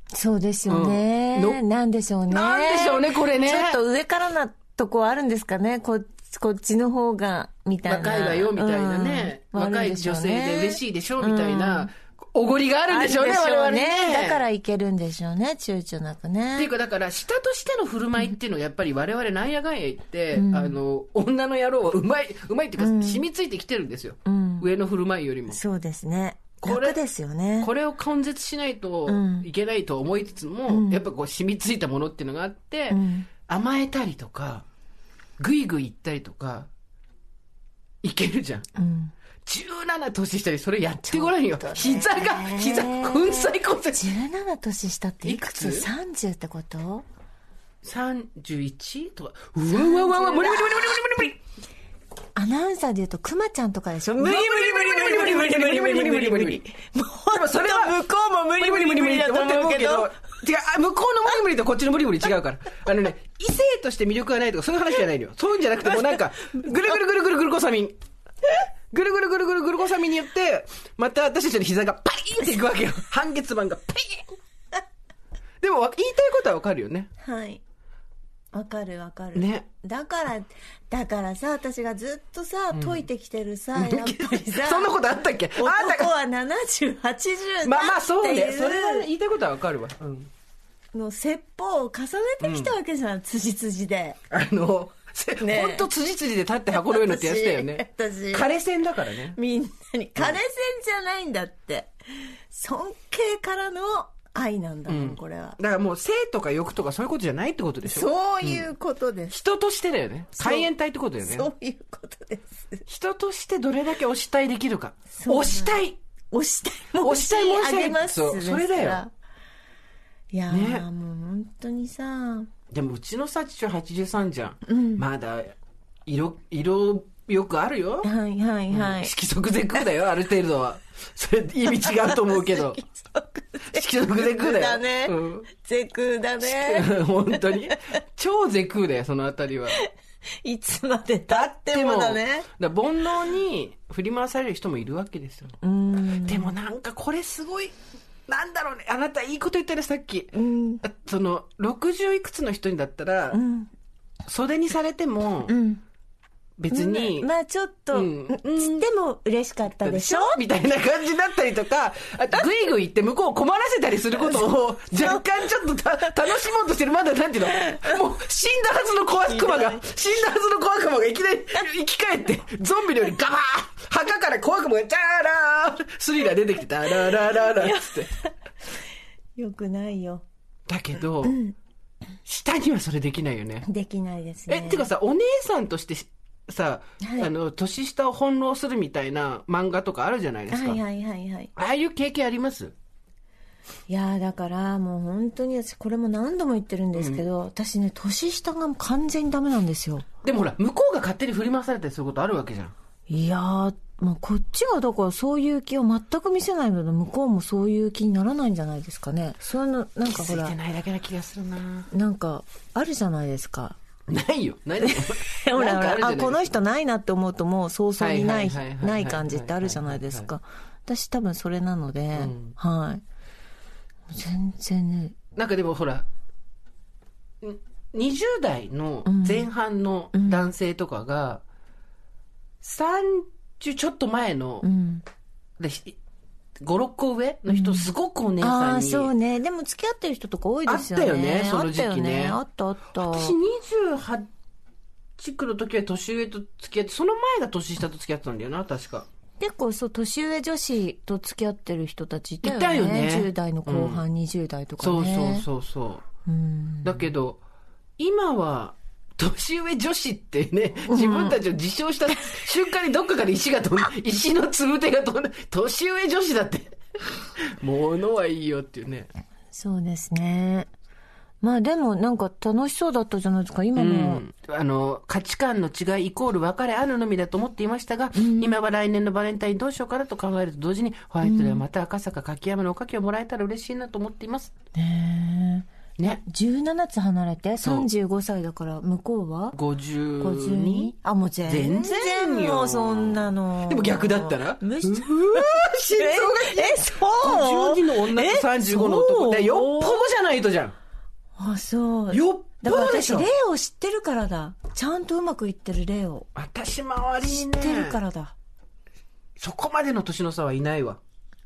S3: そうですよね、うん、なんでしょうね
S2: なんでしょうねこれね
S3: ちょっと上からなとこあるんですかねここっちの方がみたいな
S2: 若いわよみたいなね,うん、若い女性で嬉しいでしょ、みたいなおごりがあるんでしょうね、我々ね。
S3: だからいけるんでしょうね、躊躇なくね。
S2: っていうか、だから、下としての振る舞いっていうのは、やっぱり我々なんやがんや言って、うん、あの、女の野郎はうまい、うまいっていうか、うん、染みついてきてるんですよ。うん、上の振る舞いよりも。
S3: そうですね。これですよね。
S2: これを根絶しないといけないと思いつつも、うん、やっぱこう染みついたものっていうのがあって、甘えたりとか、ぐいぐい行ったりとか、いけるじゃん。うん17年下にそれやってごらんよ。ね、膝が、膝、粉砕骨折。
S3: 17年下っていくついくつ ?30 ってこと
S2: ?31? とか。うわうわうわうわ、無理無理無理無理無理無理
S3: アナウンサーで言うと、くまちゃんとかでしょ
S2: 無理無理無理無理無理無理無理無理無理無理
S3: もう、
S2: それは
S3: 向こうも無理無理無理無理だと思うけど。
S2: 違う、向こうの無理無理とこっちの無理無理違うから。あのね、異性として魅力がないとか、そういう話じゃないのよ。そういうんじゃなくて、もうなんか、ぐるぐるぐるぐるぐるこさみん。ぐるぐるぐるぐるぐるこさみによって、また私たちの膝がパリンっていくわけよ。半月板がパリンでも、言いたいことはわかるよね。
S4: はい。わかるわかる。
S2: ね。
S4: だから、だからさ、私がずっとさ、解いてきてるさ、やっぱりさ。
S2: [laughs] そんなことあったっけ
S4: 男は70、80だっていう。
S2: まあまあ、そうね。それは言いたいことはわかるわ。うん。
S4: の説法を重ねてきたわけじゃん、うん、辻辻で。
S2: あの、ね、ほんと辻辻で立って運ぶようなってやつだよね。
S4: 私。
S2: 枯れ線だからね。
S4: みんなに。枯れ線じゃないんだって。尊敬からの愛なんだもん、うん、これは。
S2: だからもう性とか欲とかそういうことじゃないってことでしょ
S4: そういうことです、うん、
S2: 人としてだよね。海援隊ってことだよね
S4: そ。そういうことです。
S2: 人としてどれだけお慕いできるか。お慕い
S4: お慕。
S2: いお慕い申し上げますそれだよ。
S4: いやー、ね、もう本当にさ。
S2: でもうちのさ父は83じゃん、うん、まだ色色よくあるよ
S4: はいはいはい、うん、
S2: 色即是空だ
S4: [laughs]
S2: よある程度はそれ意味違うと思うけど色即是空だよ
S4: だね、うん、是空だね
S2: [laughs] 本当に超是空だよそのあたりはい
S4: つまでたってもだね
S2: だ煩悩に振り回される人もいるわけですよでもなんかこれすごいなんだろうね。あなたいいこと言ったね、さっき。うん、その、60いくつの人にだったら、うん、袖にされても、うん、別に、
S4: うん、まあちょっと、うん、でも嬉しかったでしょ
S2: みたいな感じだったりとか、ぐいぐいって向こうを困らせたりすることを、若干ちょっとた楽しもうとしてる、まだなんていうのもう死んだはずの小悪魔が、死んだはずの小悪魔がいきなり生き返って、ゾンビのようにガバー墓から小悪魔がチャーラースリラー出てきて、ダララララって。
S4: よくないよ。
S2: だけど、うん、下にはそれできないよね。
S4: できないですね。
S2: え、っていうかさ、お姉さんとして、さ、はい、あの、年下を翻弄するみたいな漫画とかあるじゃないですか。
S4: はいはいはいはい。
S2: ああいう経験あります
S4: いやだからもう本当に私これも何度も言ってるんですけど、うん、私ね年下が完全にダメなんですよ
S2: でもほら向こうが勝手に振り回されたりすることあるわけじゃん
S3: いやーもうこっちがだからそういう気を全く見せないので向こうもそういう気にならないんじゃないですかねそういうのなんかほら
S2: 気づいてないだけな気がするな
S3: なんかあるじゃないですか
S2: ないよ。ない
S3: [laughs] ほらほら、あ、この人ないなって思うともう早々にない、ない感じってあるじゃないですか。私多分それなので、うん、はい。全然ね。
S2: なんかでもほら、 20代の前半の男性とかが、30ちょっと前の、
S3: うん。
S2: でひ5、6個上の人、すごくお姉
S3: あ
S2: さん
S3: あ、
S2: に、
S3: そうね。でも付き合ってる人とか多いですよね。
S2: あったよねその時期ね
S3: あったよね。あったあった。
S2: 私28区の時は年上と付き合って、その前が年下と付き合ってたんだよな、確か。
S3: 結構そう、年上女子と付き合ってる人たちいたよね。
S2: いたよね
S3: 10代の後半、20代とか
S2: そう
S3: ね。
S2: そうそうそう。
S3: う。うん。
S2: だけど、今は、年上女子ってね、自分たちを自称した瞬間にどっかから石が飛んで、石のつぶてが飛んで、年上女子だって。物はいいよっていうね。
S3: そうですね。まあでもなんか楽しそうだったじゃないですか、今
S2: う
S3: の。
S2: ん、あの価値観の違いイコール別れあるのみだと思っていましたが、今は来年のバレンタインどうしようかなと考えると同時にホワイトではまた赤坂柿山のおかきをもらえたら嬉しいなと思っています。
S3: ね
S2: ね
S3: え17つ離れて
S2: そう
S3: 35歳だから、向こうは
S2: 52?
S3: ?52? あ、もう全
S2: 全
S3: 然。
S2: 然よ
S3: もうそんなの。
S2: でも逆だったら
S3: 無視。
S2: 心
S3: え、えそう
S2: 52の女と35の男って
S3: え
S2: よっぽ
S3: そう
S2: どじゃないとじゃん。
S3: あ、そう。
S2: よっ
S3: だ
S2: ぽ
S3: から
S2: どで
S3: 私、
S2: しょ
S3: 例。を知ってるからだ。ちゃんとうまくいってる例を。
S2: 私周りに
S3: 知っ
S2: ね
S3: てるからだ。
S2: そこまでの年の差はいないわ。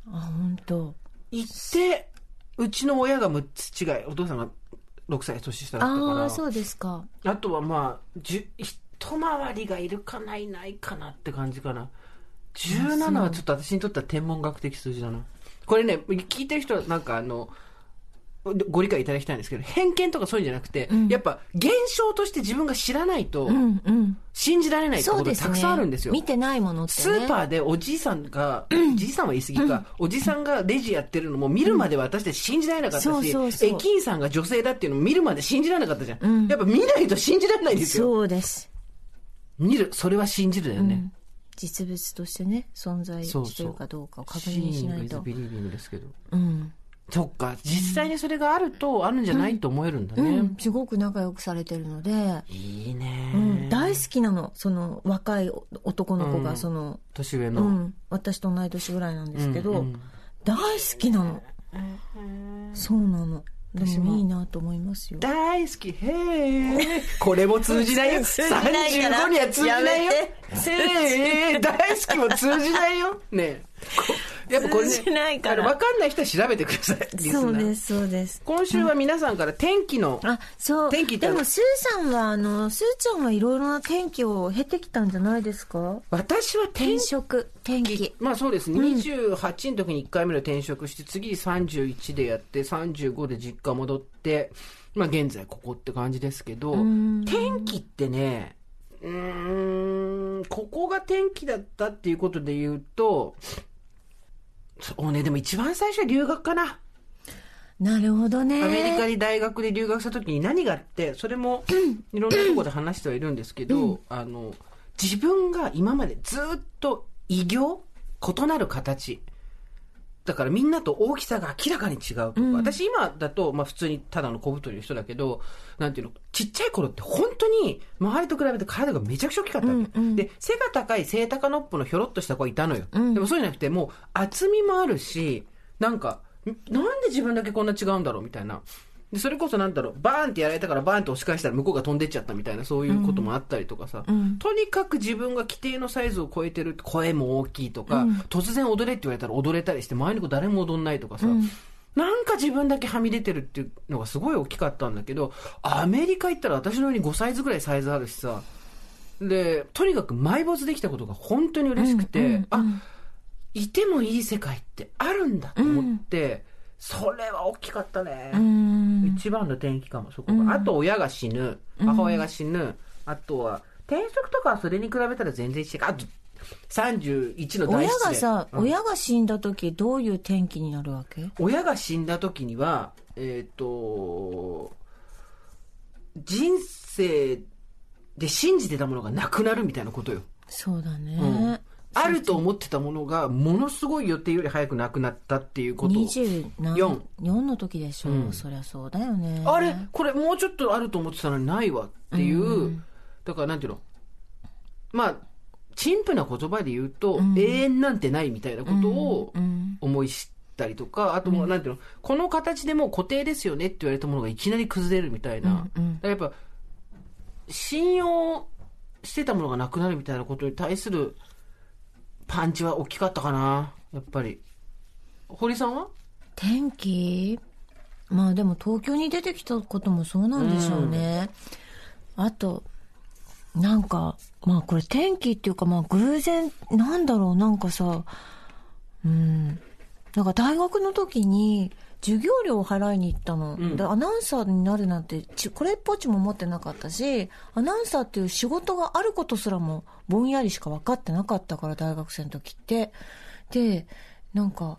S3: あ、本当。
S2: 行って、うちの親が6つ違い、お父さんが6歳年下だったから。
S3: ああ、そうですか。
S2: あとはまあ、じゅ一回りがいるかないないかなって感じかな。17はちょっと私にとっては天文学的数字だな。これね、聞いてる人はなんかあの、ご理解いただきたいんですけど、偏見とかそういうんじゃなくて、やっぱ現象として自分が知らないと
S3: うんうん。
S2: 信じられないってこ
S3: そう
S2: とが
S3: ですね。
S2: たくさんあるんですよ。
S3: 見てないものってね。
S2: スーパーでおじいさんが、おじいさんは言い過ぎか、おじさんがレジやってるのも見るまでは私たち信じられなかっ
S3: そ
S2: た
S3: う
S2: し
S3: そう、そう
S2: 駅員さんが女性だっていうのも見るまで信じられなかったじゃ
S3: うん
S2: ん。やっぱ見ないと信じられないですよ。
S3: そうです。
S2: 見る、それは信じるだよ
S3: う
S2: ね
S3: ん。実物としてね、存在
S2: そうそう
S3: してるかどうかを確
S2: シー
S3: 認しな
S2: イング
S3: い
S2: イズ
S3: と。
S2: ビリービングですけど。
S3: うん。
S2: そっか、実際にそれがあると、あるんじゃないと思えるんだ
S3: う
S2: ね
S3: ん。。すごく仲良くされてるので、
S2: いいうね
S3: ん。。大好きなの。その若い男の子
S2: うん
S3: が、その、
S2: 年上
S3: う
S2: の。
S3: ん。私と同い年ぐらいなんですけ
S2: うんう
S3: ど
S2: ん、
S3: 大好きなの。そうなの。で
S2: 私も
S3: もいいなと思いますよ。
S2: 大好き、へえ。これも通じないよ。
S3: 通じないから
S2: 35には通じない
S3: やめ。
S2: よへえ、大好きも通じないよ。ねえこやっぱこれね、
S3: 通じないから
S2: あのわかんない人は調べてください。リスナー
S3: そうです、そうです。
S2: 今週は皆さんから天気の、
S3: あ、そう。
S2: 天気って
S3: でも、スーさんは、あの、スーちゃんはいろいろな天気を経てきたんじゃないですか
S2: 私は天
S3: 転
S2: 気
S3: 職、天気。
S2: まあそうですね、28の時に1回目の転職して次に31でやって35で実家戻ってまあ現在ここって感じですけど
S3: ん
S2: 天気ってねうーんここが天気だったっていうことで言うとそうねでも一番最初は留学かな、
S3: なるほどね。
S2: アメリカに大学で留学した時に何があってそれもいろんなところで話してはいるんですけど、あの自分が今までずっと異形異なる形だからみんなと大きさが明らかに違うとか、私今だと、まあ、普通にただの小太りの人だけどなんていうのちっちゃい頃って本当に周りと比べて体がめちゃくちゃ大きかったわけ、
S3: うんうん
S2: で背が高い背高のっぽのひょろっとした子いたのよ、
S3: ん
S2: でもそうじゃなくてもう厚みもあるしなんかんなんで自分だけこんな違うんだろうみたいなでそれこそなんだろうバーンってやられたからバーンって押し返したら向こうが飛んでっちゃったみたいなそういうこともあったりとかさ、
S3: うん
S2: とにかく自分が規定のサイズを超えてる声も大きいとか、突然踊れって言われたら踊れたりして周りの子誰も踊んないとかさ、なんか自分だけはみ出てるっていうのがすごい大きかったんだけどアメリカ行ったら私のように5サイズぐらいサイズあるしさでとにかく埋没できたことが本当に嬉しくて、あいてもいい世界ってあるんだと思って、それは大きかったね。
S3: うん。
S2: 一番の転機かもそこが、あと親が死ぬ母親が死ぬ、あとは転職とかはそれに比べたら全然違うあと31の大
S3: 親
S2: 失恋
S3: がさ、
S2: うん
S3: 親が死んだ時、どういう天気になるわけ
S2: 親が死んだ時にはえっ、と人生で信じてたものがなくなるみたいなことよ、
S3: そうだね。
S2: うんあると思ってたものがものすごい予定より早くなくなったっていうこと
S3: 24
S2: 四
S3: の時でしょ、
S2: うん
S3: そりゃそうだよね
S2: あれこれもうちょっとあると思ってたのにないわっていう、
S3: うん
S2: だからなんていうのまあ陳腐な言葉で言うと、永遠なんてないみたいなことを
S3: うん
S2: 思い知ったりとか、あともう、なんていうの、この形でもう固定ですよねって言われたものがいきなり崩れるみたいな。だからやっぱ、信用してたものがなくなるみたいなことに対するパンチは大きかったかな、やっぱり。堀さんは
S3: 天気まあでも東京に出てきたこともそうなんでしょうね。あと、なんか、まあこれ天気っていうかまあ偶然、なんだろう、なんかさ、うん。なんか大学の時に授業料を払いに行ったの。
S2: ん
S3: で、アナウンサーになるなんてち、これっぽっちも思ってなかったし、アナウンサーっていう仕事があることすらもぼんやりしか分かってなかったから、大学生の時って。で、なんか、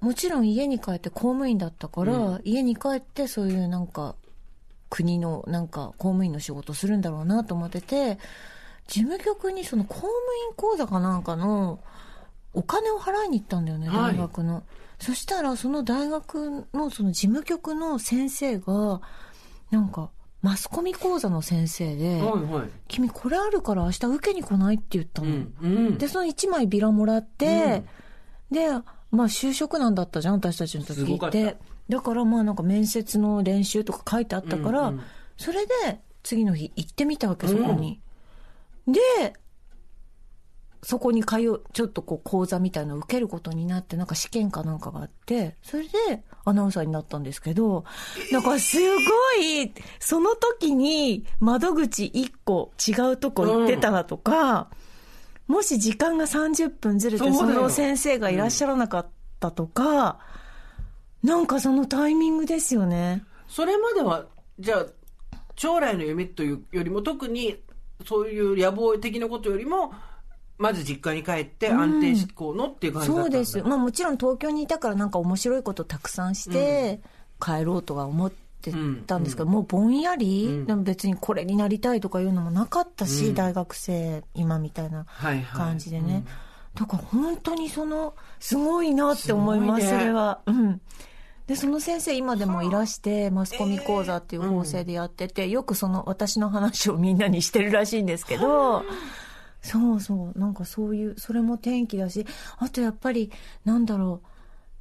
S3: もちろん家に帰って公務員だったから、家に帰ってそういうなんか国のなんか公務員の仕事するんだろうなと思ってて事務局にその公務員口座かなんかのお金を払いに行ったんだよね
S2: はい
S3: 大学の、そしたらその大学のその事務局の先生がなんかマスコミ講座の先生で
S2: はいはい。
S3: 「君これあるから明日受けに来ない?」って言った
S2: う
S3: の、
S2: ん。うん。
S3: でその1枚ビラもらって、でまあ就職難だったじゃん私たちの時
S2: すごか
S3: っ
S2: って
S3: だからまあなんか面接の練習とか書いてあったから、
S2: うんうん
S3: それで次の日行ってみたわけそこに、でそこに通うちょっとこう講座みたいなのを受けることになってなんか試験かなんかがあってそれでアナウンサーになったんですけどなんかすごいその時に窓口1個違うとこ行ってたらとか、もし時間が30分ずれて
S2: そうだ
S3: そ
S2: よ
S3: の先生がいらっしゃらなかったとか、なんかそのタイミングですよね。
S2: それまでは、じゃあ、将来の夢というよりも、特に、そういう野望的なことよりも、まず実家に帰って安定志向のっていう感じだったんだ、
S3: そうです。まあもちろん東京にいたからなんか面白いことたくさんして帰ろうとは思ってたんですけど、もうぼんやり、
S2: うん
S3: でも別にこれになりたいとかいうのもなかったし、
S2: うん
S3: 大学生今みたいな
S2: はいはい。
S3: 感じでね。だから本当にその、すごいなって思います、
S2: すごいね
S3: それは。うん。で、その先生今でもいらして、マスコミ講座っていう構成でやってて、よくその私の話をみんなにしてるらしいんですけど、そうそう、なんかそういう、それも天気だし、あとやっぱり、なんだろ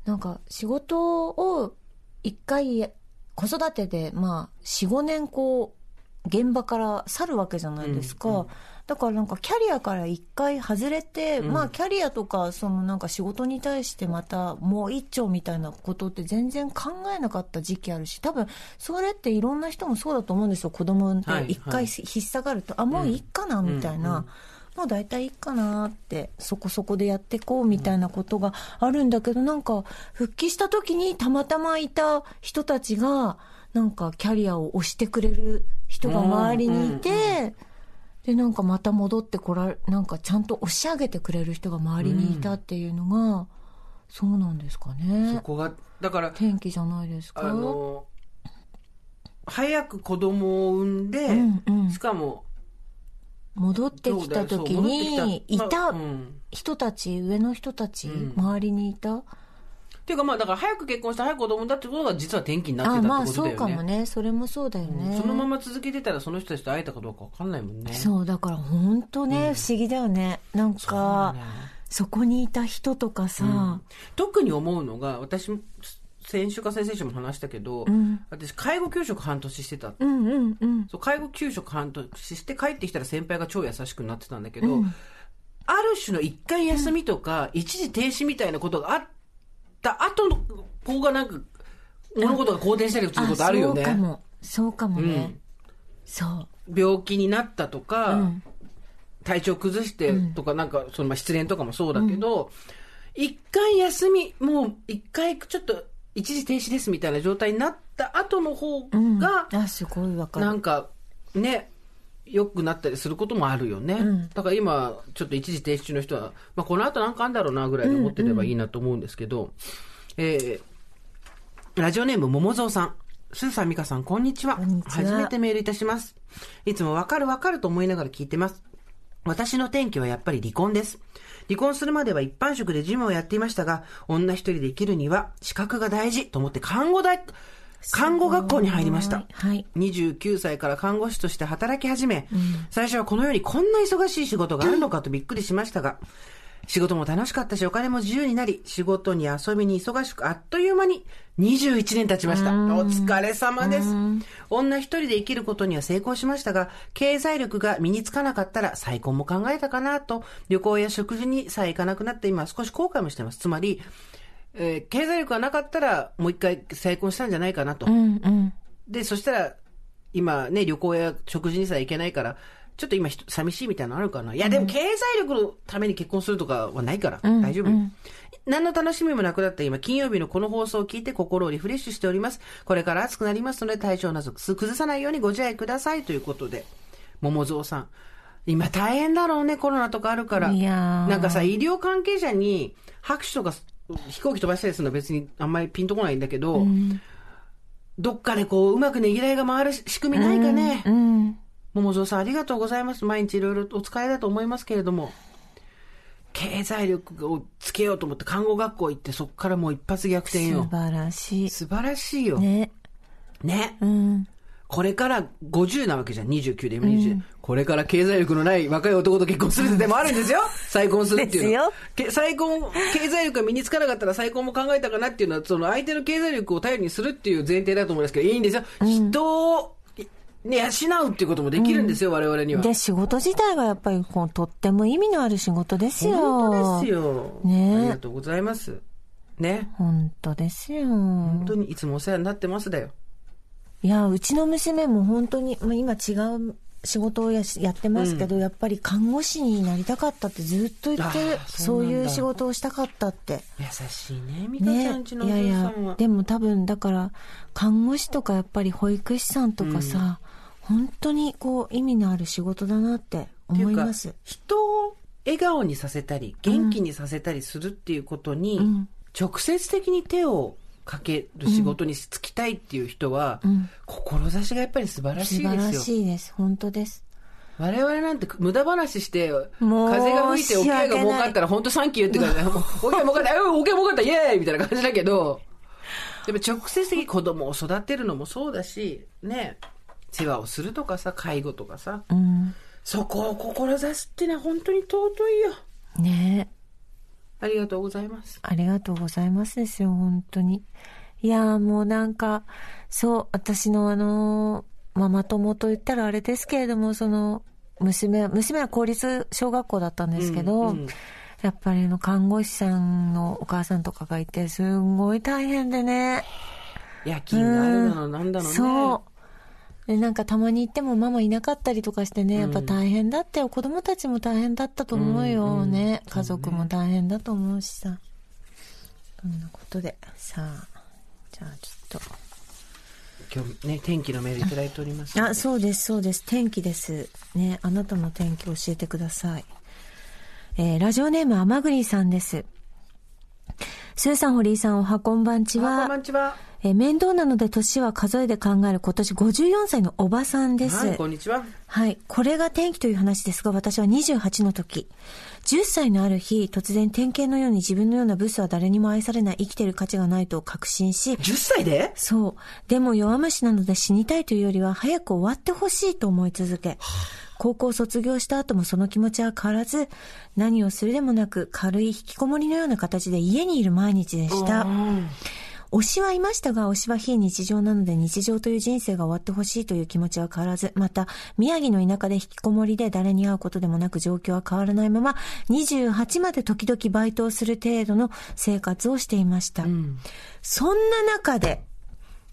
S3: う、なんか仕事を一回、子育てで、まあ、4、5年こう、現場から去るわけじゃないですか。
S2: うんうん
S3: だからなんかキャリアから一回外れて、
S2: うん
S3: まあキャリアとかそのなんか仕事に対してまたもう一丁みたいなことって全然考えなかった時期あるし、多分それっていろんな人もそうだと思うんですよ。子供って
S2: はいはい
S3: 一回ひ引っ下がると、あ、もういいかなみたいな。
S2: うんうん
S3: もう大体いいかなって、そこそこでやってこうみたいなことがあるんだけど、なんか、復帰した時にたまたまいた人たちが、なんかキャリアを押してくれる人が周りにいて、
S2: うん
S3: で、なんかまた戻ってこられ、なんかちゃんと押し上げてくれる人が周りにいたっていうのが、そうなんですか
S2: そ
S3: ね。
S2: こが、だから、
S3: 天気じゃないですか。
S2: あの、早く子供を産んで、
S3: うんうん
S2: し、かも、
S3: 戻ってきた時にい
S2: そう戻ってきまあ
S3: た
S2: うん
S3: 人たち、上の人たち、
S2: うん
S3: 周りにいた
S2: っていうかまあだから早く結婚して早く子供だってことが実は転機になって
S3: あ
S2: た
S3: まあ
S2: ってこと
S3: そ
S2: だよね。
S3: うかもねそれもそうだよ
S2: うん
S3: ね、
S2: そのまま続けてたらその人たちと会えたかどうかわかんないもんね。
S3: そうだから本当ね、不思議だよねなん
S2: そうな
S3: か
S2: んだよ
S3: そこにいた人とかさ、
S2: 特に思うのが、私も先週か先々週も話したけど、
S3: ん
S2: 私介護給食半年してた。
S3: うん、うんうん
S2: そう介護給食半年して帰ってきたら先輩が超優しくなってたんだけど、ある種の一回休みとか、一時停止みたいなことがあった後の子がなんか、物事が好転したりすることあるよ
S3: そう
S2: ね。
S3: かもそうかもね、
S2: うん
S3: そう
S2: 病気になったとか、
S3: ん
S2: 体調崩してとか、なんかそのまあ失恋とかもそうだけど、一、回休み、もう一回ちょっと一時停止ですみたいな状態になった後の方
S3: うん
S2: が、
S3: あすごいわかる
S2: なんかね、良くなったりすることもあるよね。
S3: うん
S2: だから今、ちょっと一時停止中の人は、まあこの後なんかあんだろうなぐらいで思ってればいいなと思うんですけど、えーラジオネーム桃蔵さん。すーさん、みかさん、こんにちは。
S3: こんにちは
S2: 初めてメールいたします。いつもわかるわかると思いながら聞いてます。私の転機はやっぱり離婚です。離婚するまでは一般職で事務をやっていましたが、女一人で生きるには資格が大事と思って看護大、看護学校に入りました。
S3: はい
S2: 29歳から看護師として働き始め、最初はこのようにこんな忙しい仕事があるのかとびっくりしましたが、仕事も楽しかったし、お金も自由になり、仕事に遊びに忙しく、あっという間に21年経ちました。お疲れ様です。女一人で生きることには成功しましたが、経済力が身につかなかったら再婚も考えたかなと、旅行や食事にさえ行かなくなって今少し後悔もしてます。つまり、えー経済力がなかったらもう一回再婚したんじゃないかなと。
S3: うんうん。
S2: で、そしたら、今ね、旅行や食事にさえ行けないから、ちょっと今ひと、寂しいみたいなのあるかな。いや、でも経済力のために結婚するとかはないから、大丈夫、何の楽しみもなくなった今、金曜日のこの放送を聞いて心をリフレッシュしております。これから暑くなりますので、体調など崩さないようにご自愛くださいということで、桃蔵さん。今大変だろうね、コロナとかあるから。
S3: いやー
S2: なんかさ、医療関係者に拍手とか飛行機飛ばしたりするのは別にあんまりピンとこないんだけど、どっかでこう、うまくねぎらいが回る仕組みないかね。
S3: うん。
S2: 桃蔵さん、ありがとうございます。毎日いろいろお疲れだと思いますけれども。経済力をつけようと思って看護学校行ってそこからもう一発逆転
S3: 素
S2: よ。
S3: 晴らしい。
S2: 素晴らしいよ。ね。
S3: ね。うん。
S2: これから50なわけじゃん。29で今20、これから経済力のない若い男と結婚するってでもあるん [laughs] ですよ。再婚するっていうのは。け再婚、経済力が身につかなかったら再婚も考えたかなっていうのは、その相手の経済力を頼りにするっていう前提だと思いますけど、いいんですよ。人を、ね、養うっていうこともできるんですよ、我々には。
S3: で、仕事自体がやっぱりこう、とっても意味のある仕事ですよ。
S2: 本当です。よ。
S3: ね
S2: ありがとうございます。ね。
S3: 本当ですよ。
S2: 本当にいつもお世話になってますだよ。
S3: いや、うちの娘も本当に、まあ、今違う仕事をやしやってますけど、やっぱり看護師になりたかったってずっと言ってる
S2: あ。ーそ
S3: そうう
S2: なんだ
S3: いう仕事をしたかったって。
S2: 優しいね、美香ちゃ
S3: ね
S2: んち、のお
S3: いや
S2: 嬢
S3: い
S2: さ
S3: や
S2: んは。
S3: でも多分だから看護師とかやっぱり保育士さんとかさ、本当にこう意味のある仕事だなって
S2: って
S3: 思
S2: い
S3: いう
S2: か
S3: ます
S2: 人を笑顔にさせたり元気にさせたりするっていうことに、
S3: ん
S2: 直接的に手をかける仕事に就きたいっていう人は、
S3: ん
S2: 志がやっぱり素晴らし
S3: 素
S2: い
S3: 晴ら
S2: ですよ
S3: しいです本当です
S2: 我々なんて無駄話して
S3: もう
S2: 風が吹いておけが儲かったら本当サンキューって感じだよもうおけ儲かったうんおけ儲かったイエーイみたいな感じだけどでも直接的に子供を育てるのもそうだしね世話をするとかさ介護とかさ、
S3: うん
S2: そこを志すってのは本当に尊いよ
S3: ねえ
S2: ありがとうございます。
S3: ありがとうございますですよ本当にいやーもうなんかそう私のあのーママ友と言ったらあれですけれどもその娘娘は公立小学校だったんですけど、
S2: うんうん
S3: やっぱりあの看護師さんのお母さんとかがいてすんごい大変でね
S2: 夜勤があるなのなんだろうね。
S3: そうでなんかたまに行ってもママいなかったりとかしてねやっぱ大変だってよ子供たちも大変だったと思うよね、家族も大変だと思うしさそんなことでさあじゃあちょっ
S2: 今日ね、天気のメールいただいております。
S3: とあそうですそうです天気ですねあなたの天気教えてくださいえーラジオネーム甘栗さんですスーさん堀井さんおはこんばんち
S2: あ
S3: は
S2: こんばんちは。
S3: えー面倒なので年は数えで考える今年54歳のおばさんです。
S2: はい、こんにちは。
S3: はい。これが天気という話ですが、私は28の時。10歳のある日、突然典型のように自分のようなブスは誰にも愛されない生きてる価値がないと確信し、
S2: 10歳で
S3: そう。でも弱虫なので死にたいというよりは早く終わってほしいと思い続け、高校卒業した後もその気持ちは変わらず、何をするでもなく軽い引きこもりのような形で家にいる毎日でした。推しはいましたが、推しは非日常なので日常という人生が終わってほしいという気持ちは変わらず、また、宮城の田舎で引きこもりで誰に会うことでもなく状況は変わらないまま、28まで時々バイトをする程度の生活をしていました。そんな中で、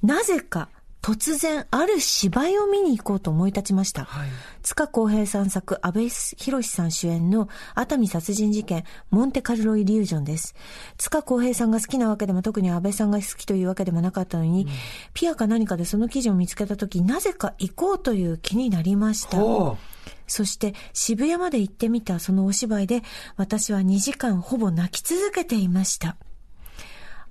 S3: なぜか、突然、ある芝居を見に行こうと思い立ちました。
S2: はい。
S3: 塚公平さん作、安倍博さん主演の熱海殺人事件、モンテカルロイリュージョンです。塚公平さんが好きなわけでも特に安倍さんが好きというわけでもなかったのに、ピアか何かでその記事を見つけたとき、なぜか行こうという気になりました。
S2: おう
S3: そして渋谷まで行ってみたそのお芝居で私は2時間ほぼ泣き続けていました。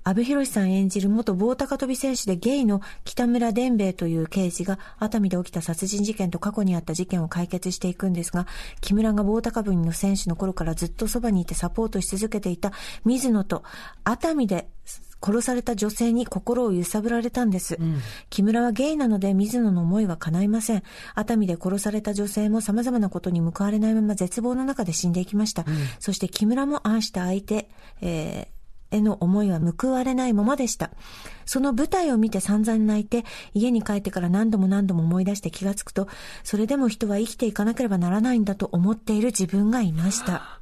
S3: 安部寛さん演じる元棒高跳び選手でゲイの北村伝兵衛という刑事が熱海で起きた殺人事件と過去にあった事件を解決していくんですが、木村が棒高跳びの選手の頃からずっとそばにいてサポートし続けていた水野と熱海で殺された女性に心を揺さぶられたんです。木村はゲイなので水野の思いは叶いません。熱海で殺された女性も様々なことに報われないまま絶望の中で死んでいきました。そして木村も愛した相手、えーへの思いは報われないままでした。その舞台を見て散々泣いて、家に帰ってから何度も何度も思い出して気がつくと、それでも人は生きていかなければならないんだと思っている自分がいました。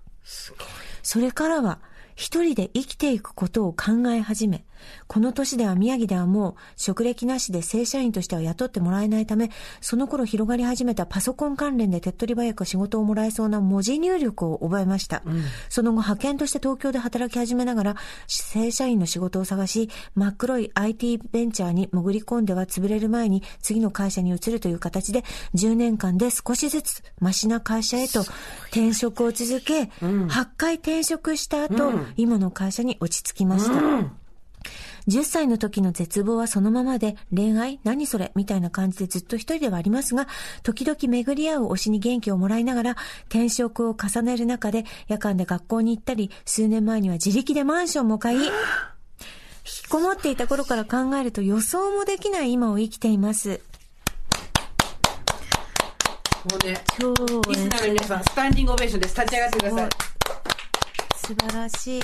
S3: それからは、一人で生きていくことを考え始め、この年では宮城ではもう職歴なしで正社員としては雇ってもらえないため、その頃広がり始めたパソコン関連で手っ取り早く仕事をもらえそうな文字入力を覚えました。うん、その後派遣として東京で働き始めながら、正社員の仕事を探し、真っ黒い IT ベンチャーに潜り込んでは潰れる前に次の会社に移るという形で、10年間で少しずつマシな会社へと転職を続け、うん、8回転職した後、うん、今の会社に落ち着きました。10歳の時の絶望はそのままで、恋愛何それみたいな感じでずっと一人ではありますが、時々巡り合う推しに元気をもらいながら、転職を重ねる中で、夜間で学校に行ったり、数年前には自力でマンションも買い、引きこもっていた頃から考えると予想もできない今を生きています。
S2: もうね、今日リスナーの皆さん、スタンディングオベーションです。立ち上がってください。
S3: 素晴らしい。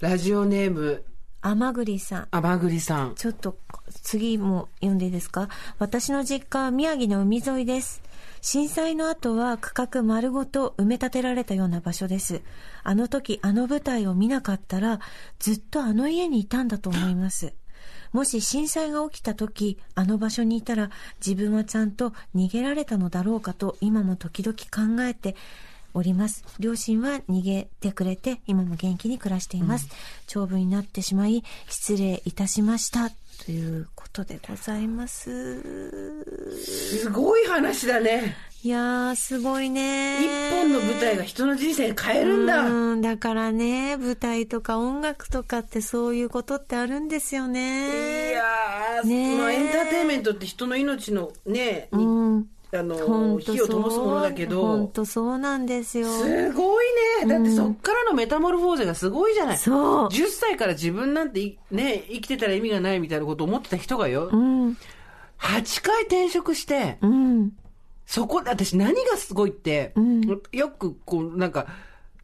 S2: ラジオネーム、
S3: 甘栗さん。
S2: 甘栗さん。
S3: ちょっと、次も読んでいいですか私の実家は宮城の海沿いです。震災の後は区画丸ごと埋め立てられたような場所です。あの時、あの舞台を見なかったら、ずっとあの家にいたんだと思います。もし震災が起きた時、あの場所にいたら、自分はちゃんと逃げられたのだろうかと、今も時々考えて、おります。両親は逃げてくれて、今も元気に暮らしています。うん、長文になってしまい、失礼いたしました。ということでございます。
S2: すごい話だね。
S3: いやー、すごいね。
S2: 一本の舞台が人の人生変えるんだ。
S3: うん、だからね、舞台とか音楽とかってそういうことってあるんですよね。
S2: いやー、ねまあ、エンターテインメントって人の命のね、うんあの火を灯すものだけど
S3: 本当そうなんですよ
S2: すごいねだってそっからのメタモルフォーゼがすごいじゃない、うん、
S3: そう
S2: 10歳から自分なんてね生きてたら意味がないみたいなこと思ってた人がよ、
S3: うん、
S2: 8回転職して、
S3: うん、
S2: そこ私何がすごいって、
S3: うん、
S2: よくこうなんか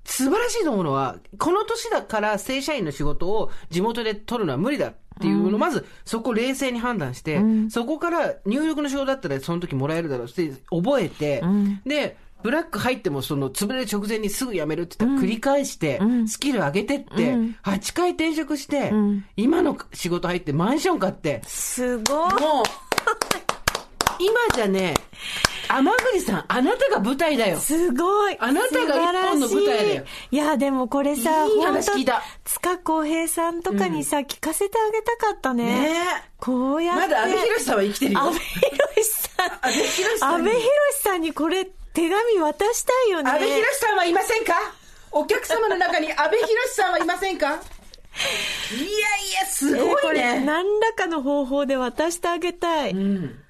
S2: 素晴らしいと思うのはこの年だから正社員の仕事を地元で取るのは無理だっていうの、うん、まずそこ冷静に判断して、うん、そこから入力の仕事だったらその時もらえるだろうし、覚えて、うん、で、ブラック入ってもその潰れる直前にすぐ辞めるって言ったら繰り返して、スキル上げてって、8回転職して、今の仕事入ってマンション買って。
S3: すごい。
S2: もう、今じゃね、天栗さん、あなたが舞台だよ。
S3: すごい。
S2: あなたが一本の舞台だよ。
S3: いや、でもこれさ、
S2: いい話聞いた。
S3: 塚公平さんとかにさ、うん、聞かせてあげたかったね。
S2: ね
S3: こうやって。
S2: まだ阿部寛さんは生きてるよ。
S3: 阿部寛
S2: [laughs]
S3: さん。阿部寛さんにこれ、手紙渡したいよね。
S2: 阿部寛さんはいませんかお客様の中に阿部寛さんはいませんかいやいや、すごいね。
S3: 何らかの方法で渡してあげたい。
S2: うん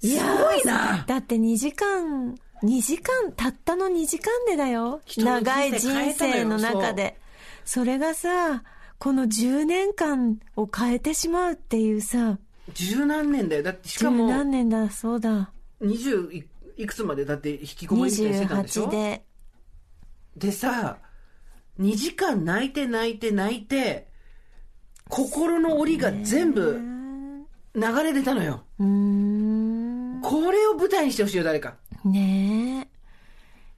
S2: いやすごいな
S3: だって2時間、2時間、たったの2時間でだよ。
S2: よ
S3: 長い人生の中で。それがさ、この10年間を変えてしまうっていうさ。
S2: 十何年だよ。だってしかも。
S3: 十何年だ、そうだ。
S2: 20いいくつまでだって引きこもりしてたんでしょ
S3: ?28 で。
S2: でさ、2時間泣いて泣いて泣いて、心の檻が全部流れ出たのよ。
S3: うーん。
S2: これを舞台にしてほしいよ、誰か。
S3: ね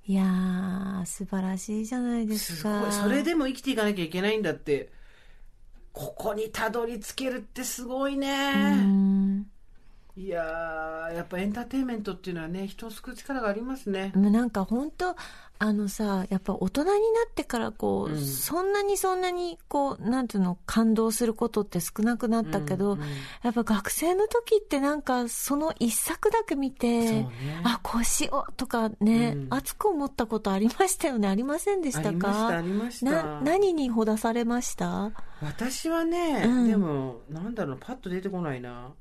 S3: え。いやー、素晴らしいじゃないですか。
S2: すそれでも生きていかなきゃいけないんだって、ここにたどり着けるってすごいね。いややっぱエンターテインメントっていうのはね、人を救う力がありますね。
S3: なんか本当あのさ、やっぱ大人になってからこう、うん、そんなにそんなにこう、なんていうの、感動することって少なくなったけど、うんうん、やっぱ学生の時ってなんかその一作だけ見て、ね、あ、こうしようとかね、うん、熱く思ったことありましたよね。ありませんでしたか
S2: ありました、
S3: な、何にほだされました
S2: 私はね、うん、でも、なんだろう、パッと出てこないな。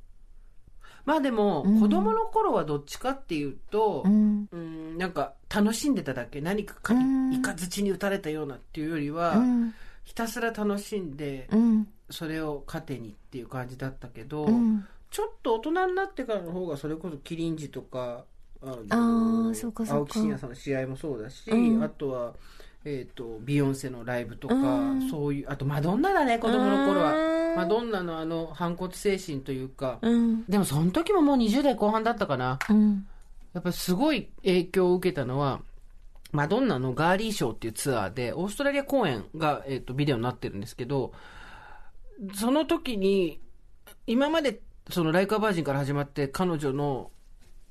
S2: まあでも、子供の頃はどっちかっていうと、うん、うんなんか楽しんでただけ、何かか、うん、いかずちに打たれたようなっていうよりは、うん、ひたすら楽しんで、
S3: うん。
S2: それを糧にっていう感じだったけど、
S3: うん。
S2: ちょっと大人になってからの方がそれこそキリンジとかあ
S3: あーそうかそうか
S2: 青木真也さんの試合もそうだし、
S3: うん
S2: あとは、えー、とビヨンセのライブとか、
S3: うん
S2: そういうあとマドンナだね子供の頃は
S3: は
S2: マドンナのあの反骨精神というか、
S3: うん。
S2: でもその時ももう20代後半だったかな
S3: うん。
S2: やっぱりすごい影響を受けたのは、マドンナのガーリーショーっていうツアーで、オーストラリア公演が、えっとビデオになってるんですけど、その時に、今までそのライカバージンから始まって彼女の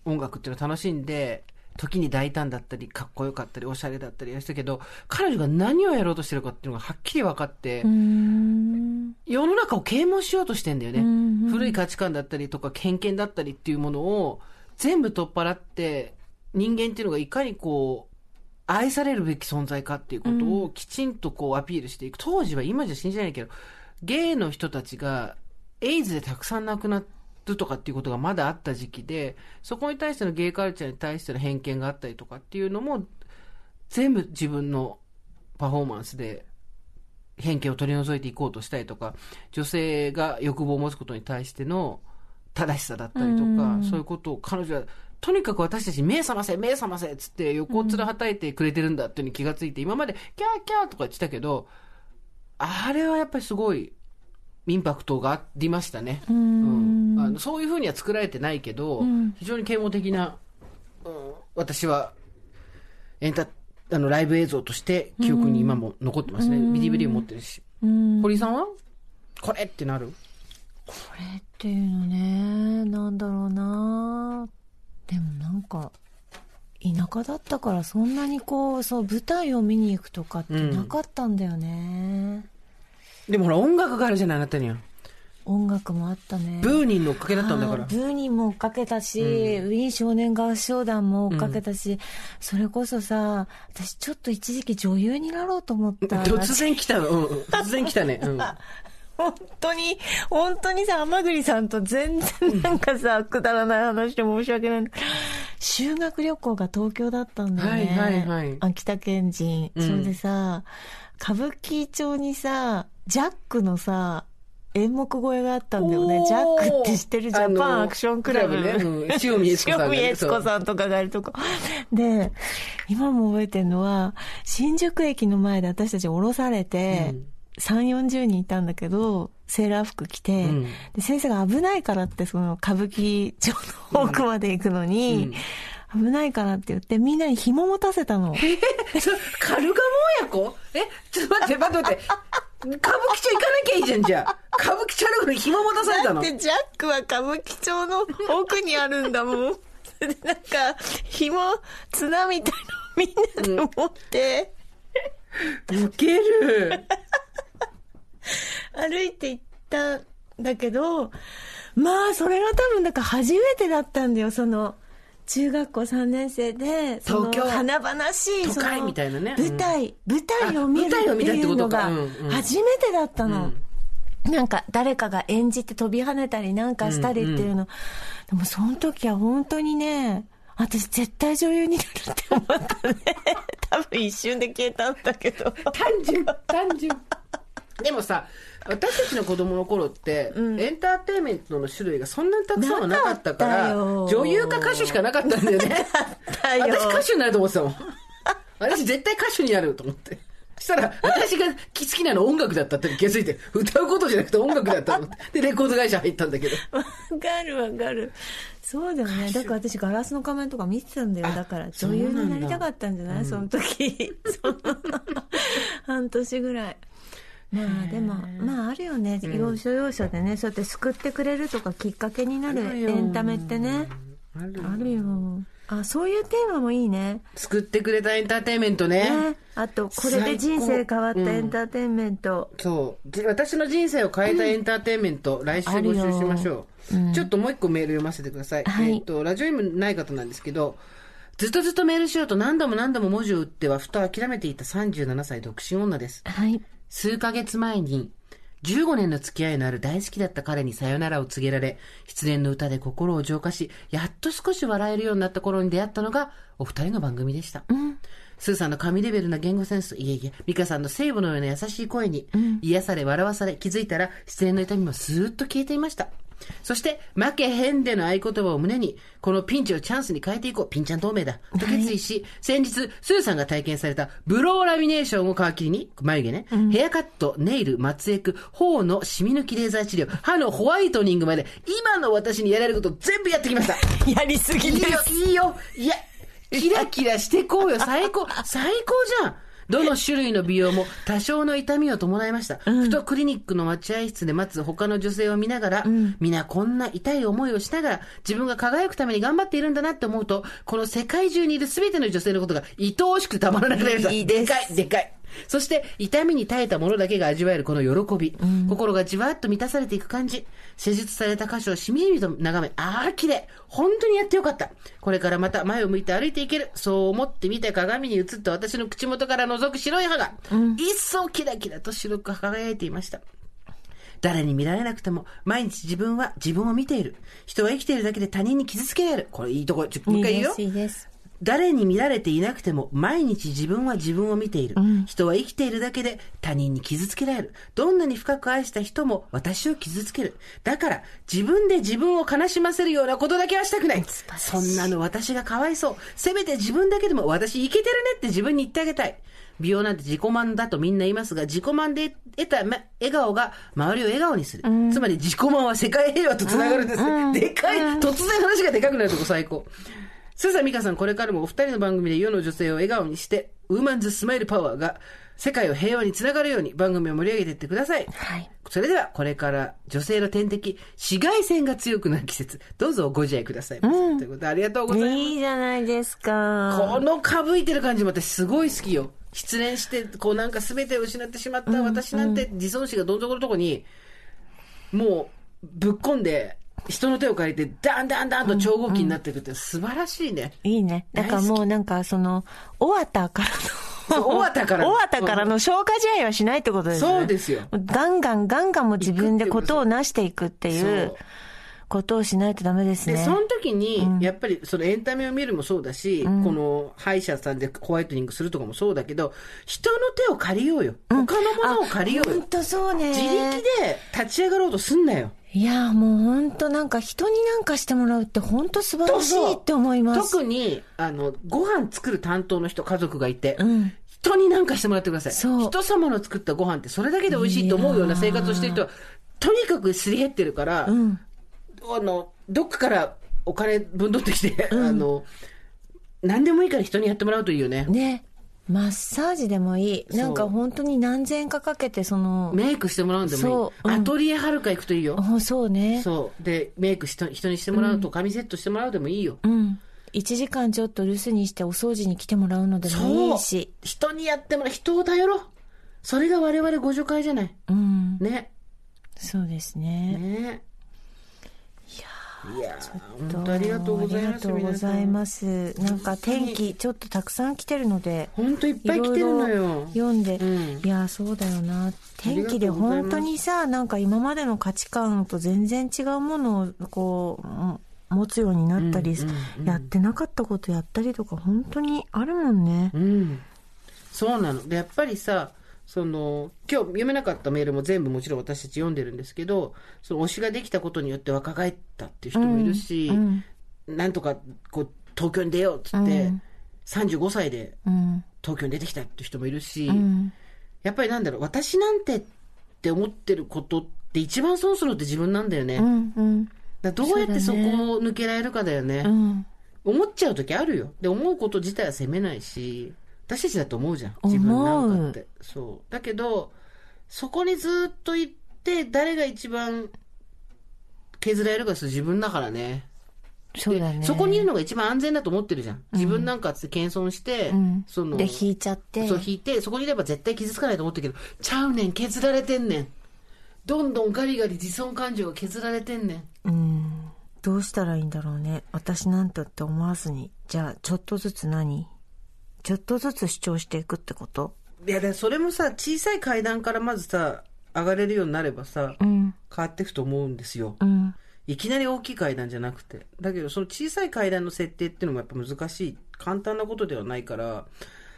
S2: 音楽っていうのを楽しんで、時に大胆だったり、かっこよかったり、おしゃれだったりしたけど、彼女が何をやろうとしてるかっていうのがはっきり分かって、
S3: うん。
S2: 世の中を啓蒙しようとしてんだよね。
S3: うん
S2: 古い価値観だったりとか偏見だったりっていうものを全部取っ払って人間っていうのがいかにこう愛されるべき存在かっていうことをきちんとこうアピールしていく、当時は今じゃ信じられないけどゲイの人たちがエイズでたくさん亡くなるとかっていうことがまだあった時期でそこに対してのゲイカルチャーに対しての偏見があったりとかっていうのも全部自分のパフォーマンスで偏見を取り除いていこうとしたりとか女性が欲望を持つことに対しての正しさだったりとか、
S3: うん
S2: そういうことを彼女はとにかく私たち目覚ませ目覚ませっつって横を面はたいてくれてるんだっていうのに気がついて、今までキャーキャーとか言ってたけどあれはやっぱりすごいインパクトがありましたね、
S3: う
S2: うん
S3: ん。
S2: あのそういうふうには作られてないけど、
S3: うん
S2: 非常に啓蒙的な、うん、私はエンタあのライブ映像として記憶に今も残ってますね、ビディビディ持ってるし
S3: うん。
S2: 堀井さんはこれってなる
S3: これっていうのねなんだろうなでもなんか田舎だったからそんなにこうそう舞台を見に行くとかって
S2: うん
S3: なかったんだよね、
S2: でもほら音楽があるじゃないあなたには
S3: 音楽もあったね
S2: ブーニンのおかげだったんだか
S3: は
S2: ら
S3: いブーニーも追っかけたし、ウィーン少年合唱団も追っかけたし、それこそさ私ちょっと一時期女優になろうと思った
S2: 突然来たの、うんうん、突然来たね、うん、
S3: 本当に、本当にさ、甘栗さんと全然なんかさ、くだらない話で申し訳ない。修学旅行が東京だったんだよね。
S2: はいはいはい
S3: 秋田県人。
S2: うん
S3: それでさ、歌舞伎町にさ、ジャックのさ、演目越えがあったんだよね
S2: お。ー
S3: ジャックって知ってるジャ
S2: あ
S3: パ
S2: の
S3: ンアクションクラブ
S2: クラブねうん塩見悦子さん
S3: [laughs]
S2: がね
S3: 塩見悦子さんとかがいるとこ。で、今も覚えてるのは、新宿駅の前で私たち降ろされて、
S2: うん
S3: 3、40人いたんだけど、セーラー服着て、
S2: うん
S3: で先生が危ないからって、その歌舞伎町の奥まで行くのに、危ないからって言って、みんなに紐持たせたの。
S2: そカルガモ親子えちょっと待って待って待って歌舞伎町行かなきゃいいじゃんじゃあ歌舞伎町の紐持たされた
S3: だ
S2: の
S3: ってジャックは歌舞伎町の奥にあるん [laughs] だもん。でなんか、紐、綱みたいのみんなで持って、
S2: ウケる
S3: 歩いて行ったんだけど、まあ、それが多分、なんか初めてだったんだよ、その、中学校3年生で、その
S2: 東京
S3: 華々しい、
S2: 都会みたいなね
S3: その舞台、舞台を見るっ
S2: あ舞台を見
S3: て
S2: たっ
S3: い
S2: て
S3: う
S2: こと
S3: の
S2: か
S3: が
S2: うんうん、
S3: 初めてだったの。なんか誰かが演じて飛び跳ねたりなんかしたりっていうの、でもその時は本当にね私絶対女優になるって思ったね [laughs] 多分一瞬で消えたんだけど
S2: 単純単純でもさ私たちの子供の頃って、エンターテインメントの種類がそんなにたくさんはなかったから
S3: なかったよ
S2: 女優か歌手しかなかったんだよね
S3: だよ
S2: [laughs] 私歌手になると思ってたもん私絶対歌手になると思ってしたら私が好きなの音楽だったって気がついて歌うことじゃなくて音楽だったのでレコード会社入ったんだけど
S3: わ [laughs] かるわかるそうだよねだから私ガラスの仮面とか見てたんだよだから
S2: そう
S3: 女
S2: なんだ
S3: 優になりたかったんじゃないその
S2: [laughs]
S3: 時その半年ぐらいまあでもまああるよね要所要所でね、そうやって救ってくれるとかきっかけになる
S2: あるよ
S3: エンタメってね
S2: ある
S3: あるよあそういうテーマもいいね
S2: 救ってくれたエンターテインメントね
S3: ねあとこれで人生変わったエンターテインメント、
S2: そうじ私の人生を変えたエンターテインメント、来週募集しましょう、ちょっともう一個メール読ませてください、
S3: はい
S2: えっとラジオにもない方なんですけどずっとずっとメールしようと何度も何度も文字を打ってはふと諦めていた37歳独身女です
S3: はい
S2: 数ヶ月前に15年の付き合いのある大好きだった彼にさよならを告げられ失恋の歌で心を浄化しやっと少し笑えるようになった頃に出会ったのがお二人の番組でした、スーさんの神レベルな言語センスと、いえいえ、美香さんの聖母のような優しい声に、癒され、笑わされ、気づいたら、失恋の痛みもスーッと消えていました。そして、負けへんでの合言葉を胸に、このピンチをチャンスに変えていこう、ピンちゃん透明だ、と決意し、先日、スーさんが体験されたブローラミネーションを皮切りに、眉毛ね、ヘアカット、ネイル、松エク、頬の染み抜きレーザー治療、歯のホワイトニングまで、今の私にやれること全部やってきました。
S3: やりすぎ
S2: いい
S3: で
S2: よ
S3: す。、
S2: いいよ。いや、キラキラしてこうよ。最高、最高じゃん。どの種類の美容も多少の痛みを伴いました。ふとクリニックの待合室で待つ他の女性を見ながら、皆こんな痛い思いをしながら、自分が輝くために頑張っているんだなって思うと、この世界中にいる全ての女性のことが愛おしくてたまらなくなりました。
S3: いい
S2: で
S3: です
S2: かい、でかい。そして、痛みに耐えたものだけが味わえるこの喜び。心がじわっと満たされていく感じ。施術された箇所をしみじみと眺め、ああ、綺麗本当にやってよかったこれからまた前を向いて歩いていけるそう思ってみた鏡に映った私の口元から覗く白い歯が、一層キラキラと白く輝いていました。誰に見られなくても、毎日自分は自分を見ている。人は生きているだけで他人に傷つけられる。これいいとこ、ちょもう一回言うよ。
S3: いいです。
S2: 誰に見られていなくても毎日自分は自分を見ている、人は生きているだけで他人に傷つけられるどんなに深く愛した人も私を傷つけるだから自分で自分を悲しませるようなことだけはしたくないそんなの私がかわいそうせめて自分だけでも私イケてるねって自分に言ってあげたい美容なんて自己満だとみんな言いますが自己満で得たま笑顔が周りを笑顔にする、つまり自己満は世界平和とつながるんです、でかい、突然話がでかくなるとこ最高スーさん、ミカさん、これからもお二人の番組で世の女性を笑顔にして、ウーマンズスマイルパワーが世界を平和につながるように番組を盛り上げていってください。
S3: はい。
S2: それでは、これから女性の天敵、紫外線が強くなる季節、どうぞご自愛くださいませ。ということで、ありがとうございます。
S3: いいじゃないですか。
S2: このかぶいてる感じも私すごい好きよ。失恋して、こうなんか全てを失ってしまった私なんて自尊心がどん底のとこに、もうぶっこんで、人の手を借りて、ダンダンダンと超合金になっていくって素晴らしいね。
S3: いいね。だからもうなんか、その、オアタからの、
S2: そう尾形からの
S3: オアタからの消化試合はしないってことですね。
S2: そうですよ。
S3: ガンガンガンガンもう自分でことをなしていくってい
S2: そうう
S3: ことをしないとダメです
S2: で、
S3: ね
S2: そ。の時に、やっぱりそのエンタメを見るもそうだし、この歯医者さんでホワイトニングするとかもそうだけど、人の手を借りようよ。他のものを借りよう
S3: 本
S2: よ。
S3: 当そうね。
S2: 自力で立ち上がろうとすんなよ。
S3: いや、もう本当なんか人になんかしてもらうって本当素晴らしいって思います。
S2: 特に、あの、ご飯作る担当の人、家族がいて、
S3: ん
S2: 人に何かしてもらってください。
S3: そう
S2: 人様の作ったご飯ってそれだけで美味しいと思うような生活をしてる人は、とにかくすり減ってるから、あの、どっかからお金分取ってきて、あの、何でもいいから人にやってもらうといいよね。
S3: ね。マッサージでもいい。
S2: う
S3: なんか本当に何千かかけて、その、
S2: メイクしてもらうんでも
S3: そ
S2: いうい。
S3: うん
S2: アトリエはるか行くといいよ。
S3: おそうね。
S2: そう。で、メイク人人にしてもらうと、髪セットしてもらうでもいいよ。
S3: うん。1時間ちょっと留守にしてお掃除に来てもらうのでもいいし。
S2: 人にやってもらう。人を頼ろう。それが我々ご助会じゃない。
S3: うん。
S2: ね。
S3: そうですね。
S2: ねいやー本当
S3: どうも
S2: ありがとうご
S3: あり
S2: ざいます。
S3: がとうございます。なんか天気ちょっとたくさん来てるので。
S2: 皆さん。本当いっぱい来てるの
S3: いろい
S2: よ
S3: ろ。読んで、
S2: うん
S3: いやそうだよな天気
S2: ありがと
S3: で
S2: うございます
S3: 本当にさなんか今までの価値観と全然違うものをこう持つようになったり、
S2: うんうんうん
S3: やってなかったことやったりとか本当にあるもんね、
S2: うん。そうなの。で、やっぱりさ、その、今日読めなかったメールも全部もちろん私たち読んでるんですけど、その推しができたことによって若返ったっていう人もいるし、
S3: うん
S2: なんとかこう東京に出ようっつって、
S3: うん
S2: 35歳で
S3: うん
S2: 東京に出てきたっていう人もいるし、
S3: うん
S2: やっぱりなんだろう、私なんてって思ってることって一番損するのって自分なんだよね。
S3: うんうん
S2: だからどうやってそ
S3: そう
S2: こ
S3: だね
S2: を抜けられるかだよね。
S3: うん
S2: 思っちゃう時あるよ。で、思うこと自体は責めないし、私たちだと思うじゃん。
S3: 思う
S2: 自分なんかって。そう。だけど、そこにずっと行って、誰が一番削られるかする自分だからね。
S3: そうだね
S2: でそこにいるのが一番安全だと思ってるじゃん。自分なんかって謙遜して、
S3: うん
S2: その、
S3: で引いちゃって
S2: そう引いて、そこにいれば絶対傷つかないと思ったけど、ちゃうねん、削られてんねん。どんどんガリガリ自尊感情が削られてんね
S3: う
S2: ん。
S3: んどうしたらいいんだろうね私なんてって思わずにじゃあちょっとずつ何ちょっとずつ主張していくってこと
S2: いや、だからそれもさ、小さい階段からまずさ、上がれるようになればさ、
S3: うん
S2: 変わっていくと思うんですよ。
S3: うん
S2: いきなり大きい階段じゃなくて。だけど、その小さい階段の設定っていうのもやっぱ難しい。簡単なことではないから、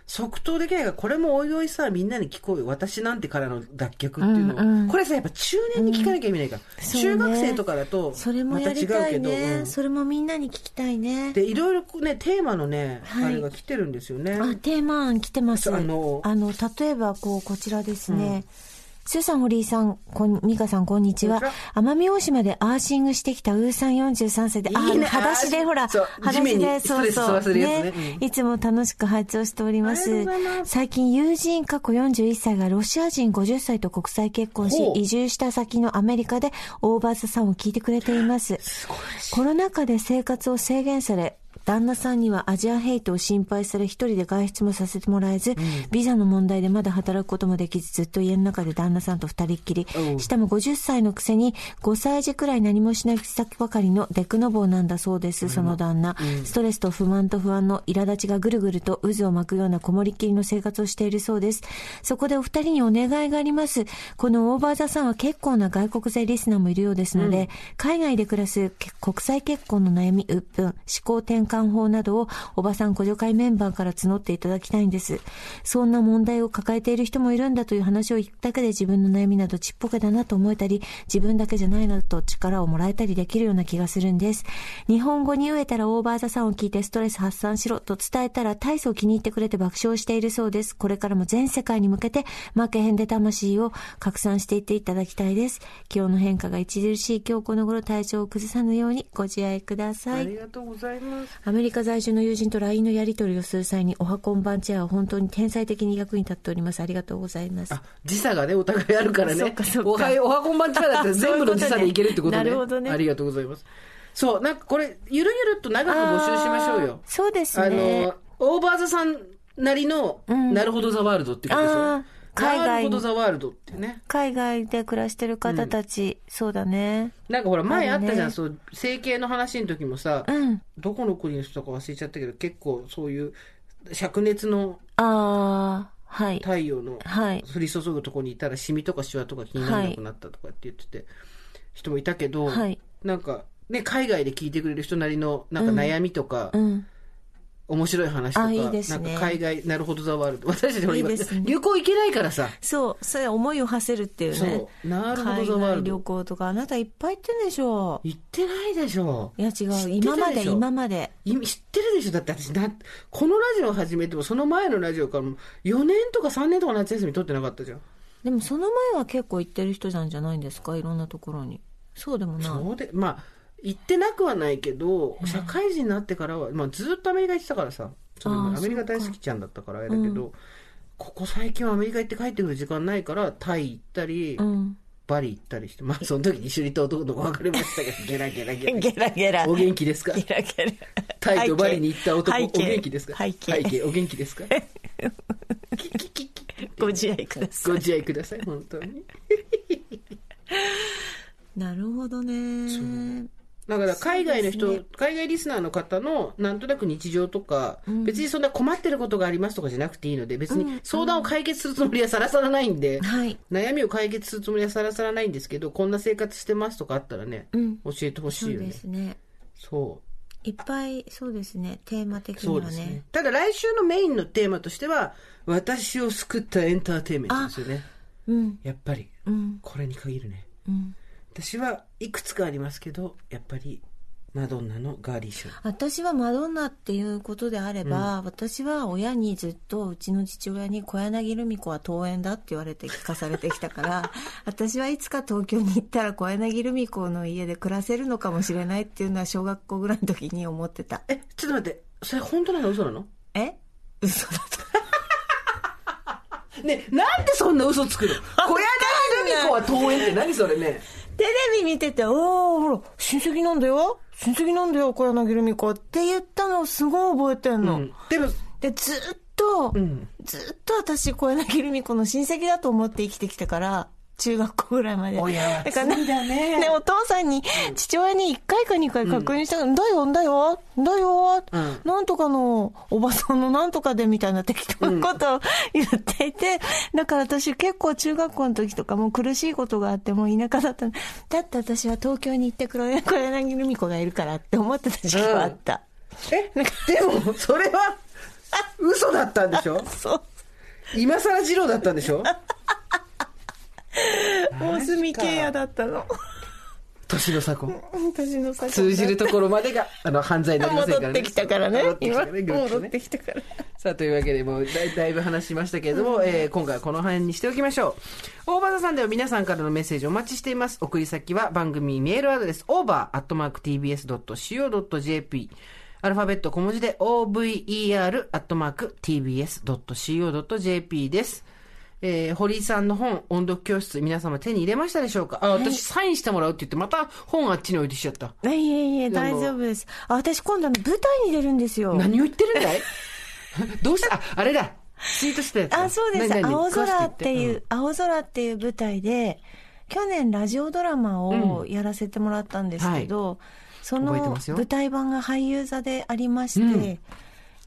S2: 即答できないが、これもおいおいさ、みんなに聞こうよ。私なんてからの脱却っていうのは、
S3: うんうん
S2: これさ、やっぱ中年に聞かなきゃ意味ないから。
S3: そうね
S2: 中学生とかだと、
S3: それも
S2: また
S3: や
S2: 違
S3: り
S2: う
S3: た
S2: け
S3: い
S2: ど。
S3: ね、
S2: うん
S3: それもみんなに聞きたいね
S2: で、いろいろこうね、テーマのね、
S3: はい
S2: あれが来てるんですよね。
S3: あテーマ案来てます
S2: そう
S3: あ
S2: あ
S3: の
S2: の
S3: 例えばこうこちらですね、スーさん、堀井さん、こん、美香さん、こんにちは
S2: こんに。
S3: 奄美大島でアーシングしてきたウーさん43歳で、あ
S2: いいね
S3: あの裸足でほら、
S2: そう
S3: 裸
S2: 地
S3: 足
S2: 面に
S3: で、
S2: ストレス吸わせるやつねうん
S3: いつも楽しく拝聴しておりま
S2: あり
S3: す
S2: がとうございま。す
S3: 最近友人過去41歳がロシア人50歳と国際結婚し
S2: ほ、う
S3: 移住した先のアメリカでオーバースさんを聞いてくれています。
S2: すごいし。
S3: コロナ禍で生活を制限され、旦那さんにはアジアヘイトを心配され一人で外出もさせてもらえず、ビザの問題でまだ働くこともできずずっと家の中で旦那さんと二人っきり
S2: お。う
S3: しかも50歳のくせに5歳児くらい何もしない口先ばかりのデクノボーなんだそうです、その旦那。ストレスと不満と不安の苛立ちがぐるぐると渦を巻くようなこもりっきりの生活をしているそうです。そこでお二人にお願いがあります。このオーバーザさんは結構な外国勢リスナーもいるようですので、海外で暮らすけ国際結婚の悩み、鬱憤、思考転換法などをおばさん補助会メンバーから募っていただきたいんです。そんな問題を抱えている人もいるんだという話を聞くだけで自分の悩みなどちっぽけだなと思えたり、自分だけじゃないなと力をもらえたりできるような気がするんです。日本語に飢えたらオーバーザさんを聞いてストレス発散しろと伝えたら大層気に入ってくれて爆笑しているそうです。これからも全世界に向けて負けへんで魂を拡散していっていただきたいです。気温の変化が著しい今日この頃体調を崩さぬようにご自愛くださ
S2: あ
S3: い。
S2: りがとうございます。
S3: アメリカ在住の友人と LINE のやり取りをする際に、おはこんばんチェアは本当に天才的に役に立っております。ありがとうございます。
S2: あ、時差がね、お互いあるから
S3: [laughs] そっ
S2: ね
S3: かそっ。か
S2: おはよう、おはこんばんち
S3: [laughs]
S2: はだって全部の時差でいけるってことね。
S3: そういうことねなるほどね
S2: ありがとうございます。そう、なんかこれ、ゆるゆると長く募集しましょうよ
S3: あー。そうです
S2: あ
S3: ね
S2: の。、オーバーザさんなりの、
S3: ん
S2: なるほどザワールドっていうことですよ
S3: あ
S2: ね。
S3: ー海
S2: な
S3: 外
S2: るほどザワールドっていうね。
S3: 海外で暮らしてる方たち、そうだね。
S2: なんかほら、前あったじゃ
S3: ある
S2: ん、
S3: ね
S2: そう、整形の話の時もさ、
S3: うん。
S2: どこの国の人とか忘れちゃったけど、結構そういう、灼熱の
S3: ああ、はい。
S2: 太陽の
S3: はい。
S2: 降り注ぐとこにいたらシミとかシワとか気にならなくなったとかって言ってて、人もいたけど、
S3: はい
S2: なんかね海外で聞いてくれる人なりのなんか悩みとか、
S3: うん。
S2: 面白い話とか
S3: あいいですね
S2: なんか海外なるほどざわる私たちも今
S3: いいですね
S2: 旅行行けないからさ、
S3: そう、それ思いを馳せるっていうね
S2: そ。うなるほ
S3: 海
S2: どざわ
S3: 外
S2: る
S3: 旅行とか、あなたいっぱい行ってんでしょ
S2: 行ってないでしょ
S3: いや違う。
S2: 知ってたでしょ
S3: 今まで、今まで。
S2: 今知ってるでしょだって私なこのラジオ始めてもその前のラジオからも4年とか3年とか夏休み取ってなかったじゃん
S3: でもその前は結構行ってる人なんじゃないんですかいろんなところに。そうでもない。
S2: そうでまあ行ってなくはないけど社会人になってからは、まあ、ずっとアメリカ行ってたからさそれ
S3: あ
S2: も
S3: あ
S2: アメリカ大好きちゃんだったからあれだけど、ここ最近はアメリカ行って帰ってくる時間ないからタイ行ったり、
S3: うん。
S2: バリ行ったりしてまあその時に一緒にいた男の子別れましたけどゲラゲラゲ
S3: [laughs]
S2: ラ
S3: ゲラゲラ
S2: お元気ですか
S3: ゲラゲラ。
S2: タイとバリに行った男
S3: 背
S2: お
S3: 景
S2: 元気ですか
S3: 背景
S2: お元気で
S3: [laughs]
S2: すかキキキキ
S3: ご自愛くださ
S2: ご自愛ください本当に
S3: い。なるほどね。
S2: だから海外の人、
S3: そうです
S2: 海外リスナーの方のなんとなく日常とか、別にそんな困ってることがありますとかじゃなくていいので別に相談を解決するつもりはさらさらないんで、
S3: はい。
S2: 悩みを解決するつもりはさらさらないんですけどこんな生活してますとかあったらね、
S3: ん
S2: 教えてほ
S3: そ
S2: しいうよね
S3: ですね。
S2: そう
S3: いっぱい、そうですね。テーマ的
S2: そ
S3: に
S2: う
S3: は
S2: ですね
S3: ね。
S2: ただ来週のメインのテーマとしては私を救ったエンターテインメントですよね
S3: うん。
S2: やっぱり
S3: うん。
S2: これに限るね
S3: うん。
S2: 私はいくつかありますけどやっぱりマドンナのガーリーショー
S3: 私はマドンナっていうことであれば、私は親にずっとうちの父親に小柳ルミ子は登園だって言われて聞かされてきたから [laughs] 私はいつか東京に行ったら小柳ルミ子の家で暮らせるのかもしれないっていうのは小学校ぐらいの時に思ってた
S2: えちょっと待ってそれ本当なの嘘なの
S3: え嘘だと
S2: ねなんでそんな嘘つく [laughs] の小柳ルミ子は遠園って何それね
S3: [laughs] テレビ見てて、おー、ほら、親戚なんだよ親戚なんだよ、小柳ルミ子って言ったのをすごい覚えてんの。
S2: でも
S3: で、ずっと、
S2: ん
S3: ずっと私、小柳ルミ子の親戚だと思って生きてきたから、中学校ぐらいまで。
S2: 親は
S3: だから
S2: 罪だね
S3: ね、お父さんに、父親に一回か二回確認したの、だよ、だよ、だよ、
S2: うん
S3: なんとかの、おばさんのなんとかでみたいな適当なことを言っていて、だから私結構中学校の時とかもう苦しいことがあって、もう田舎だったのだって私は東京に行って黒柳ルミ子がいるからって思ってた時期はあった。
S2: えでもそれは嘘だったんでし [laughs] ょ
S4: そう。
S2: 今更二郎だったんでしょ
S4: 大隅ケ也だったの。
S2: [laughs] 年の差婚
S4: 私の先
S2: 通じるところまで
S4: [laughs]
S2: があの犯罪になりませんからね
S4: 戻ってきたからね
S2: 戻っ。てき
S4: 今、
S2: たねグッ
S4: 戻
S2: と
S4: っ
S2: ね
S4: てきたから。
S2: さあというわけでもうだいだいぶ話しましたけれども、えー今回はこの辺にしておきましょう大場さんでは皆さんからのメッセージお待ちしています送り先は番組メールアドレス over.tbs.co.jp アルファベット小文字で over.tbs.co.jp ですえー、堀井さんの本、音読教室、皆様手に入れましたでしょうかあ、私、サインしてもらうって言って、また本あっちに置いてきちゃった。
S3: いえいえいえ、大丈夫です。あ、私今度あの舞台に出るんですよ。
S2: 何を言ってるんだい [laughs] どうしたあ、あれだ。ツイートしてたやつだ。
S3: あ、そうです。
S2: 何々
S3: 青空ってい
S2: 詳しく言
S3: う、青空っていう舞台で、去年ラジオドラマをやらせてもらったんですけど、そ
S2: 覚えて
S3: の
S2: ますよ
S3: 舞台版が俳優座でありまして、
S2: うん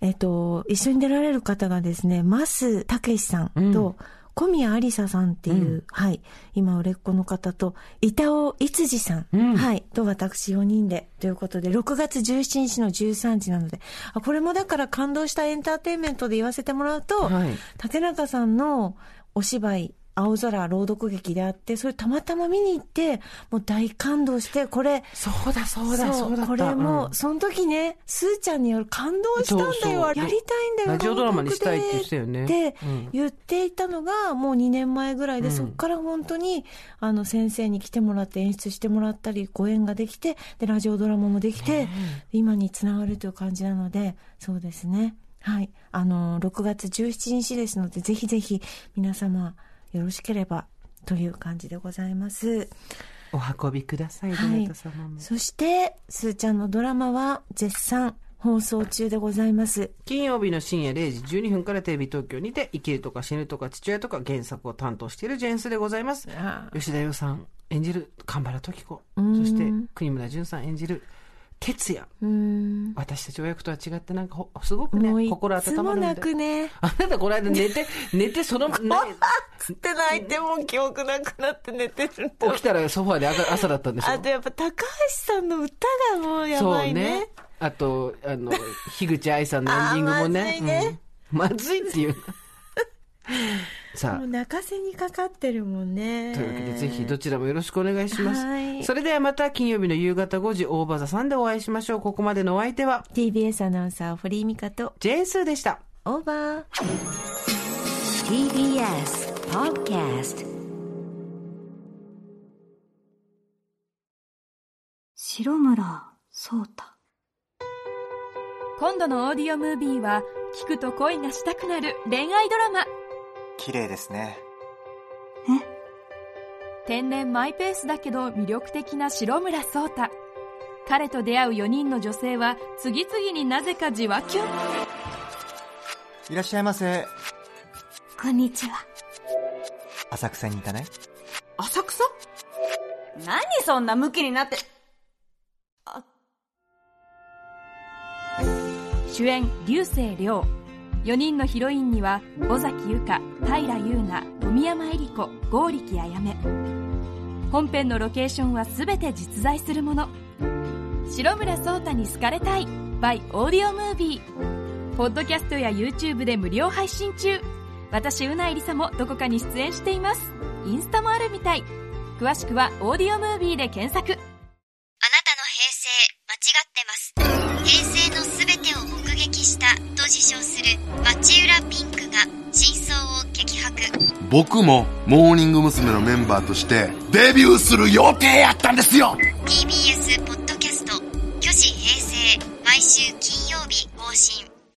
S3: えっと、一緒に出られる方がですね、増たけしさんと、小宮ありささんっていう、
S2: うん
S3: はい、今売れっ子の方と、板尾いつじさん、
S2: うん
S3: はい、と私4人で、ということで、6月17日の13時なので、あこれもだから感動したエンターテインメントで言わせてもらうと、
S2: はい
S3: 竹中さんのお芝居、青空朗読劇であって、それたまたま見に行って、もう大感動して、これ、
S2: そうだ、そうだ、そうだった。
S3: これも、
S2: うん
S3: その時ね、すーちゃんによる感動したんだよ、
S2: そうそう
S3: やりたいんだよ、
S2: ラジオドラマに
S3: 韓
S2: したい
S3: 国
S2: っ
S3: で
S2: て言ってたよね
S3: って
S2: うん
S3: 言っていたのが、もう2年前ぐらいで、
S2: うん
S3: そこから本当に、あの、先生に来てもらって、演出してもらったり、ご縁ができて、で、ラジオドラマもできて、今につながるという感じなので、そうですね。はい。あの、6月17日ですので、ぜひぜひ、皆様、よろしければ、という感じでございます。
S2: お運びください、ど
S3: はい
S2: なた様も。
S3: そして、すーちゃんのドラマは絶賛放送中でございます。
S2: 金曜日の深夜0時12分からテレビ東京にて、生きるとか死ぬとか父親とか原作を担当しているジェンスでございます。吉田洋さん演じる神原時子、
S3: ん
S2: そして国村淳さん演じる哲也。
S3: うーん。
S2: 私たち親子とは違ってなんかほすごく
S3: もう
S2: ね、
S3: い
S2: 心
S3: つ
S2: 温ま
S3: も
S2: るん
S3: な
S2: で。
S3: くね。
S2: あなたこの間寝て、寝てその、ね
S4: つって泣いてもう記憶なくなって寝てるんだ
S2: 起きたらソファーで朝朝だったんですよ
S4: あ。とやっぱ高橋さんの歌がもうやばいね。
S2: あと、
S4: [laughs]
S2: あの、樋口愛さんのエンディングも
S4: あーま
S2: ね
S4: ず。いね
S2: うんまずいって
S4: [laughs]
S2: いう。さ
S4: もう
S2: あ、
S4: 泣かせにかかってるもんね。
S2: というわけでぜひどちらもよろしくお願いします。
S3: はい
S2: それではまた金曜日の夕方5時、大場座さんでお会いしましょう。ここまでのお相手は、
S3: TBS アナウンサー、堀井美香と、
S2: ジェーンスーでした。
S3: オーバー。
S1: TBS Podcast
S5: 白村聡太
S6: 今度のオーディオムービーは聞くと恋がしたくなる恋愛ドラマ
S7: 綺麗ですね
S6: 天然マイペースだけど魅力的な白村聡太彼と出会う4人の女性は次々になぜかじわキュン
S7: いらっしゃいませ
S5: こんにちは
S7: 浅草に行かない
S5: 浅草何そんなムキになって
S6: 主演竜星涼4人のヒロインには尾崎由香平優奈富山恵里子剛力あやめ本編のロケーションは全て実在するもの白村聡太に好かれたい by オーディオムービーポッドキャストや YouTube で無料配信中私うなえりさもどこかに出演していますインスタもあるみたい詳しくはオーディオムービーで検索
S8: あなたの平成間違ってます平成のすべてを目撃したと自称する町浦ピンクが真相を激白
S9: 僕もモーニング娘。のメンバーとしてデビューする予定やったんですよ
S8: TBS ポッドキャスト「巨子平成」毎週金曜日更新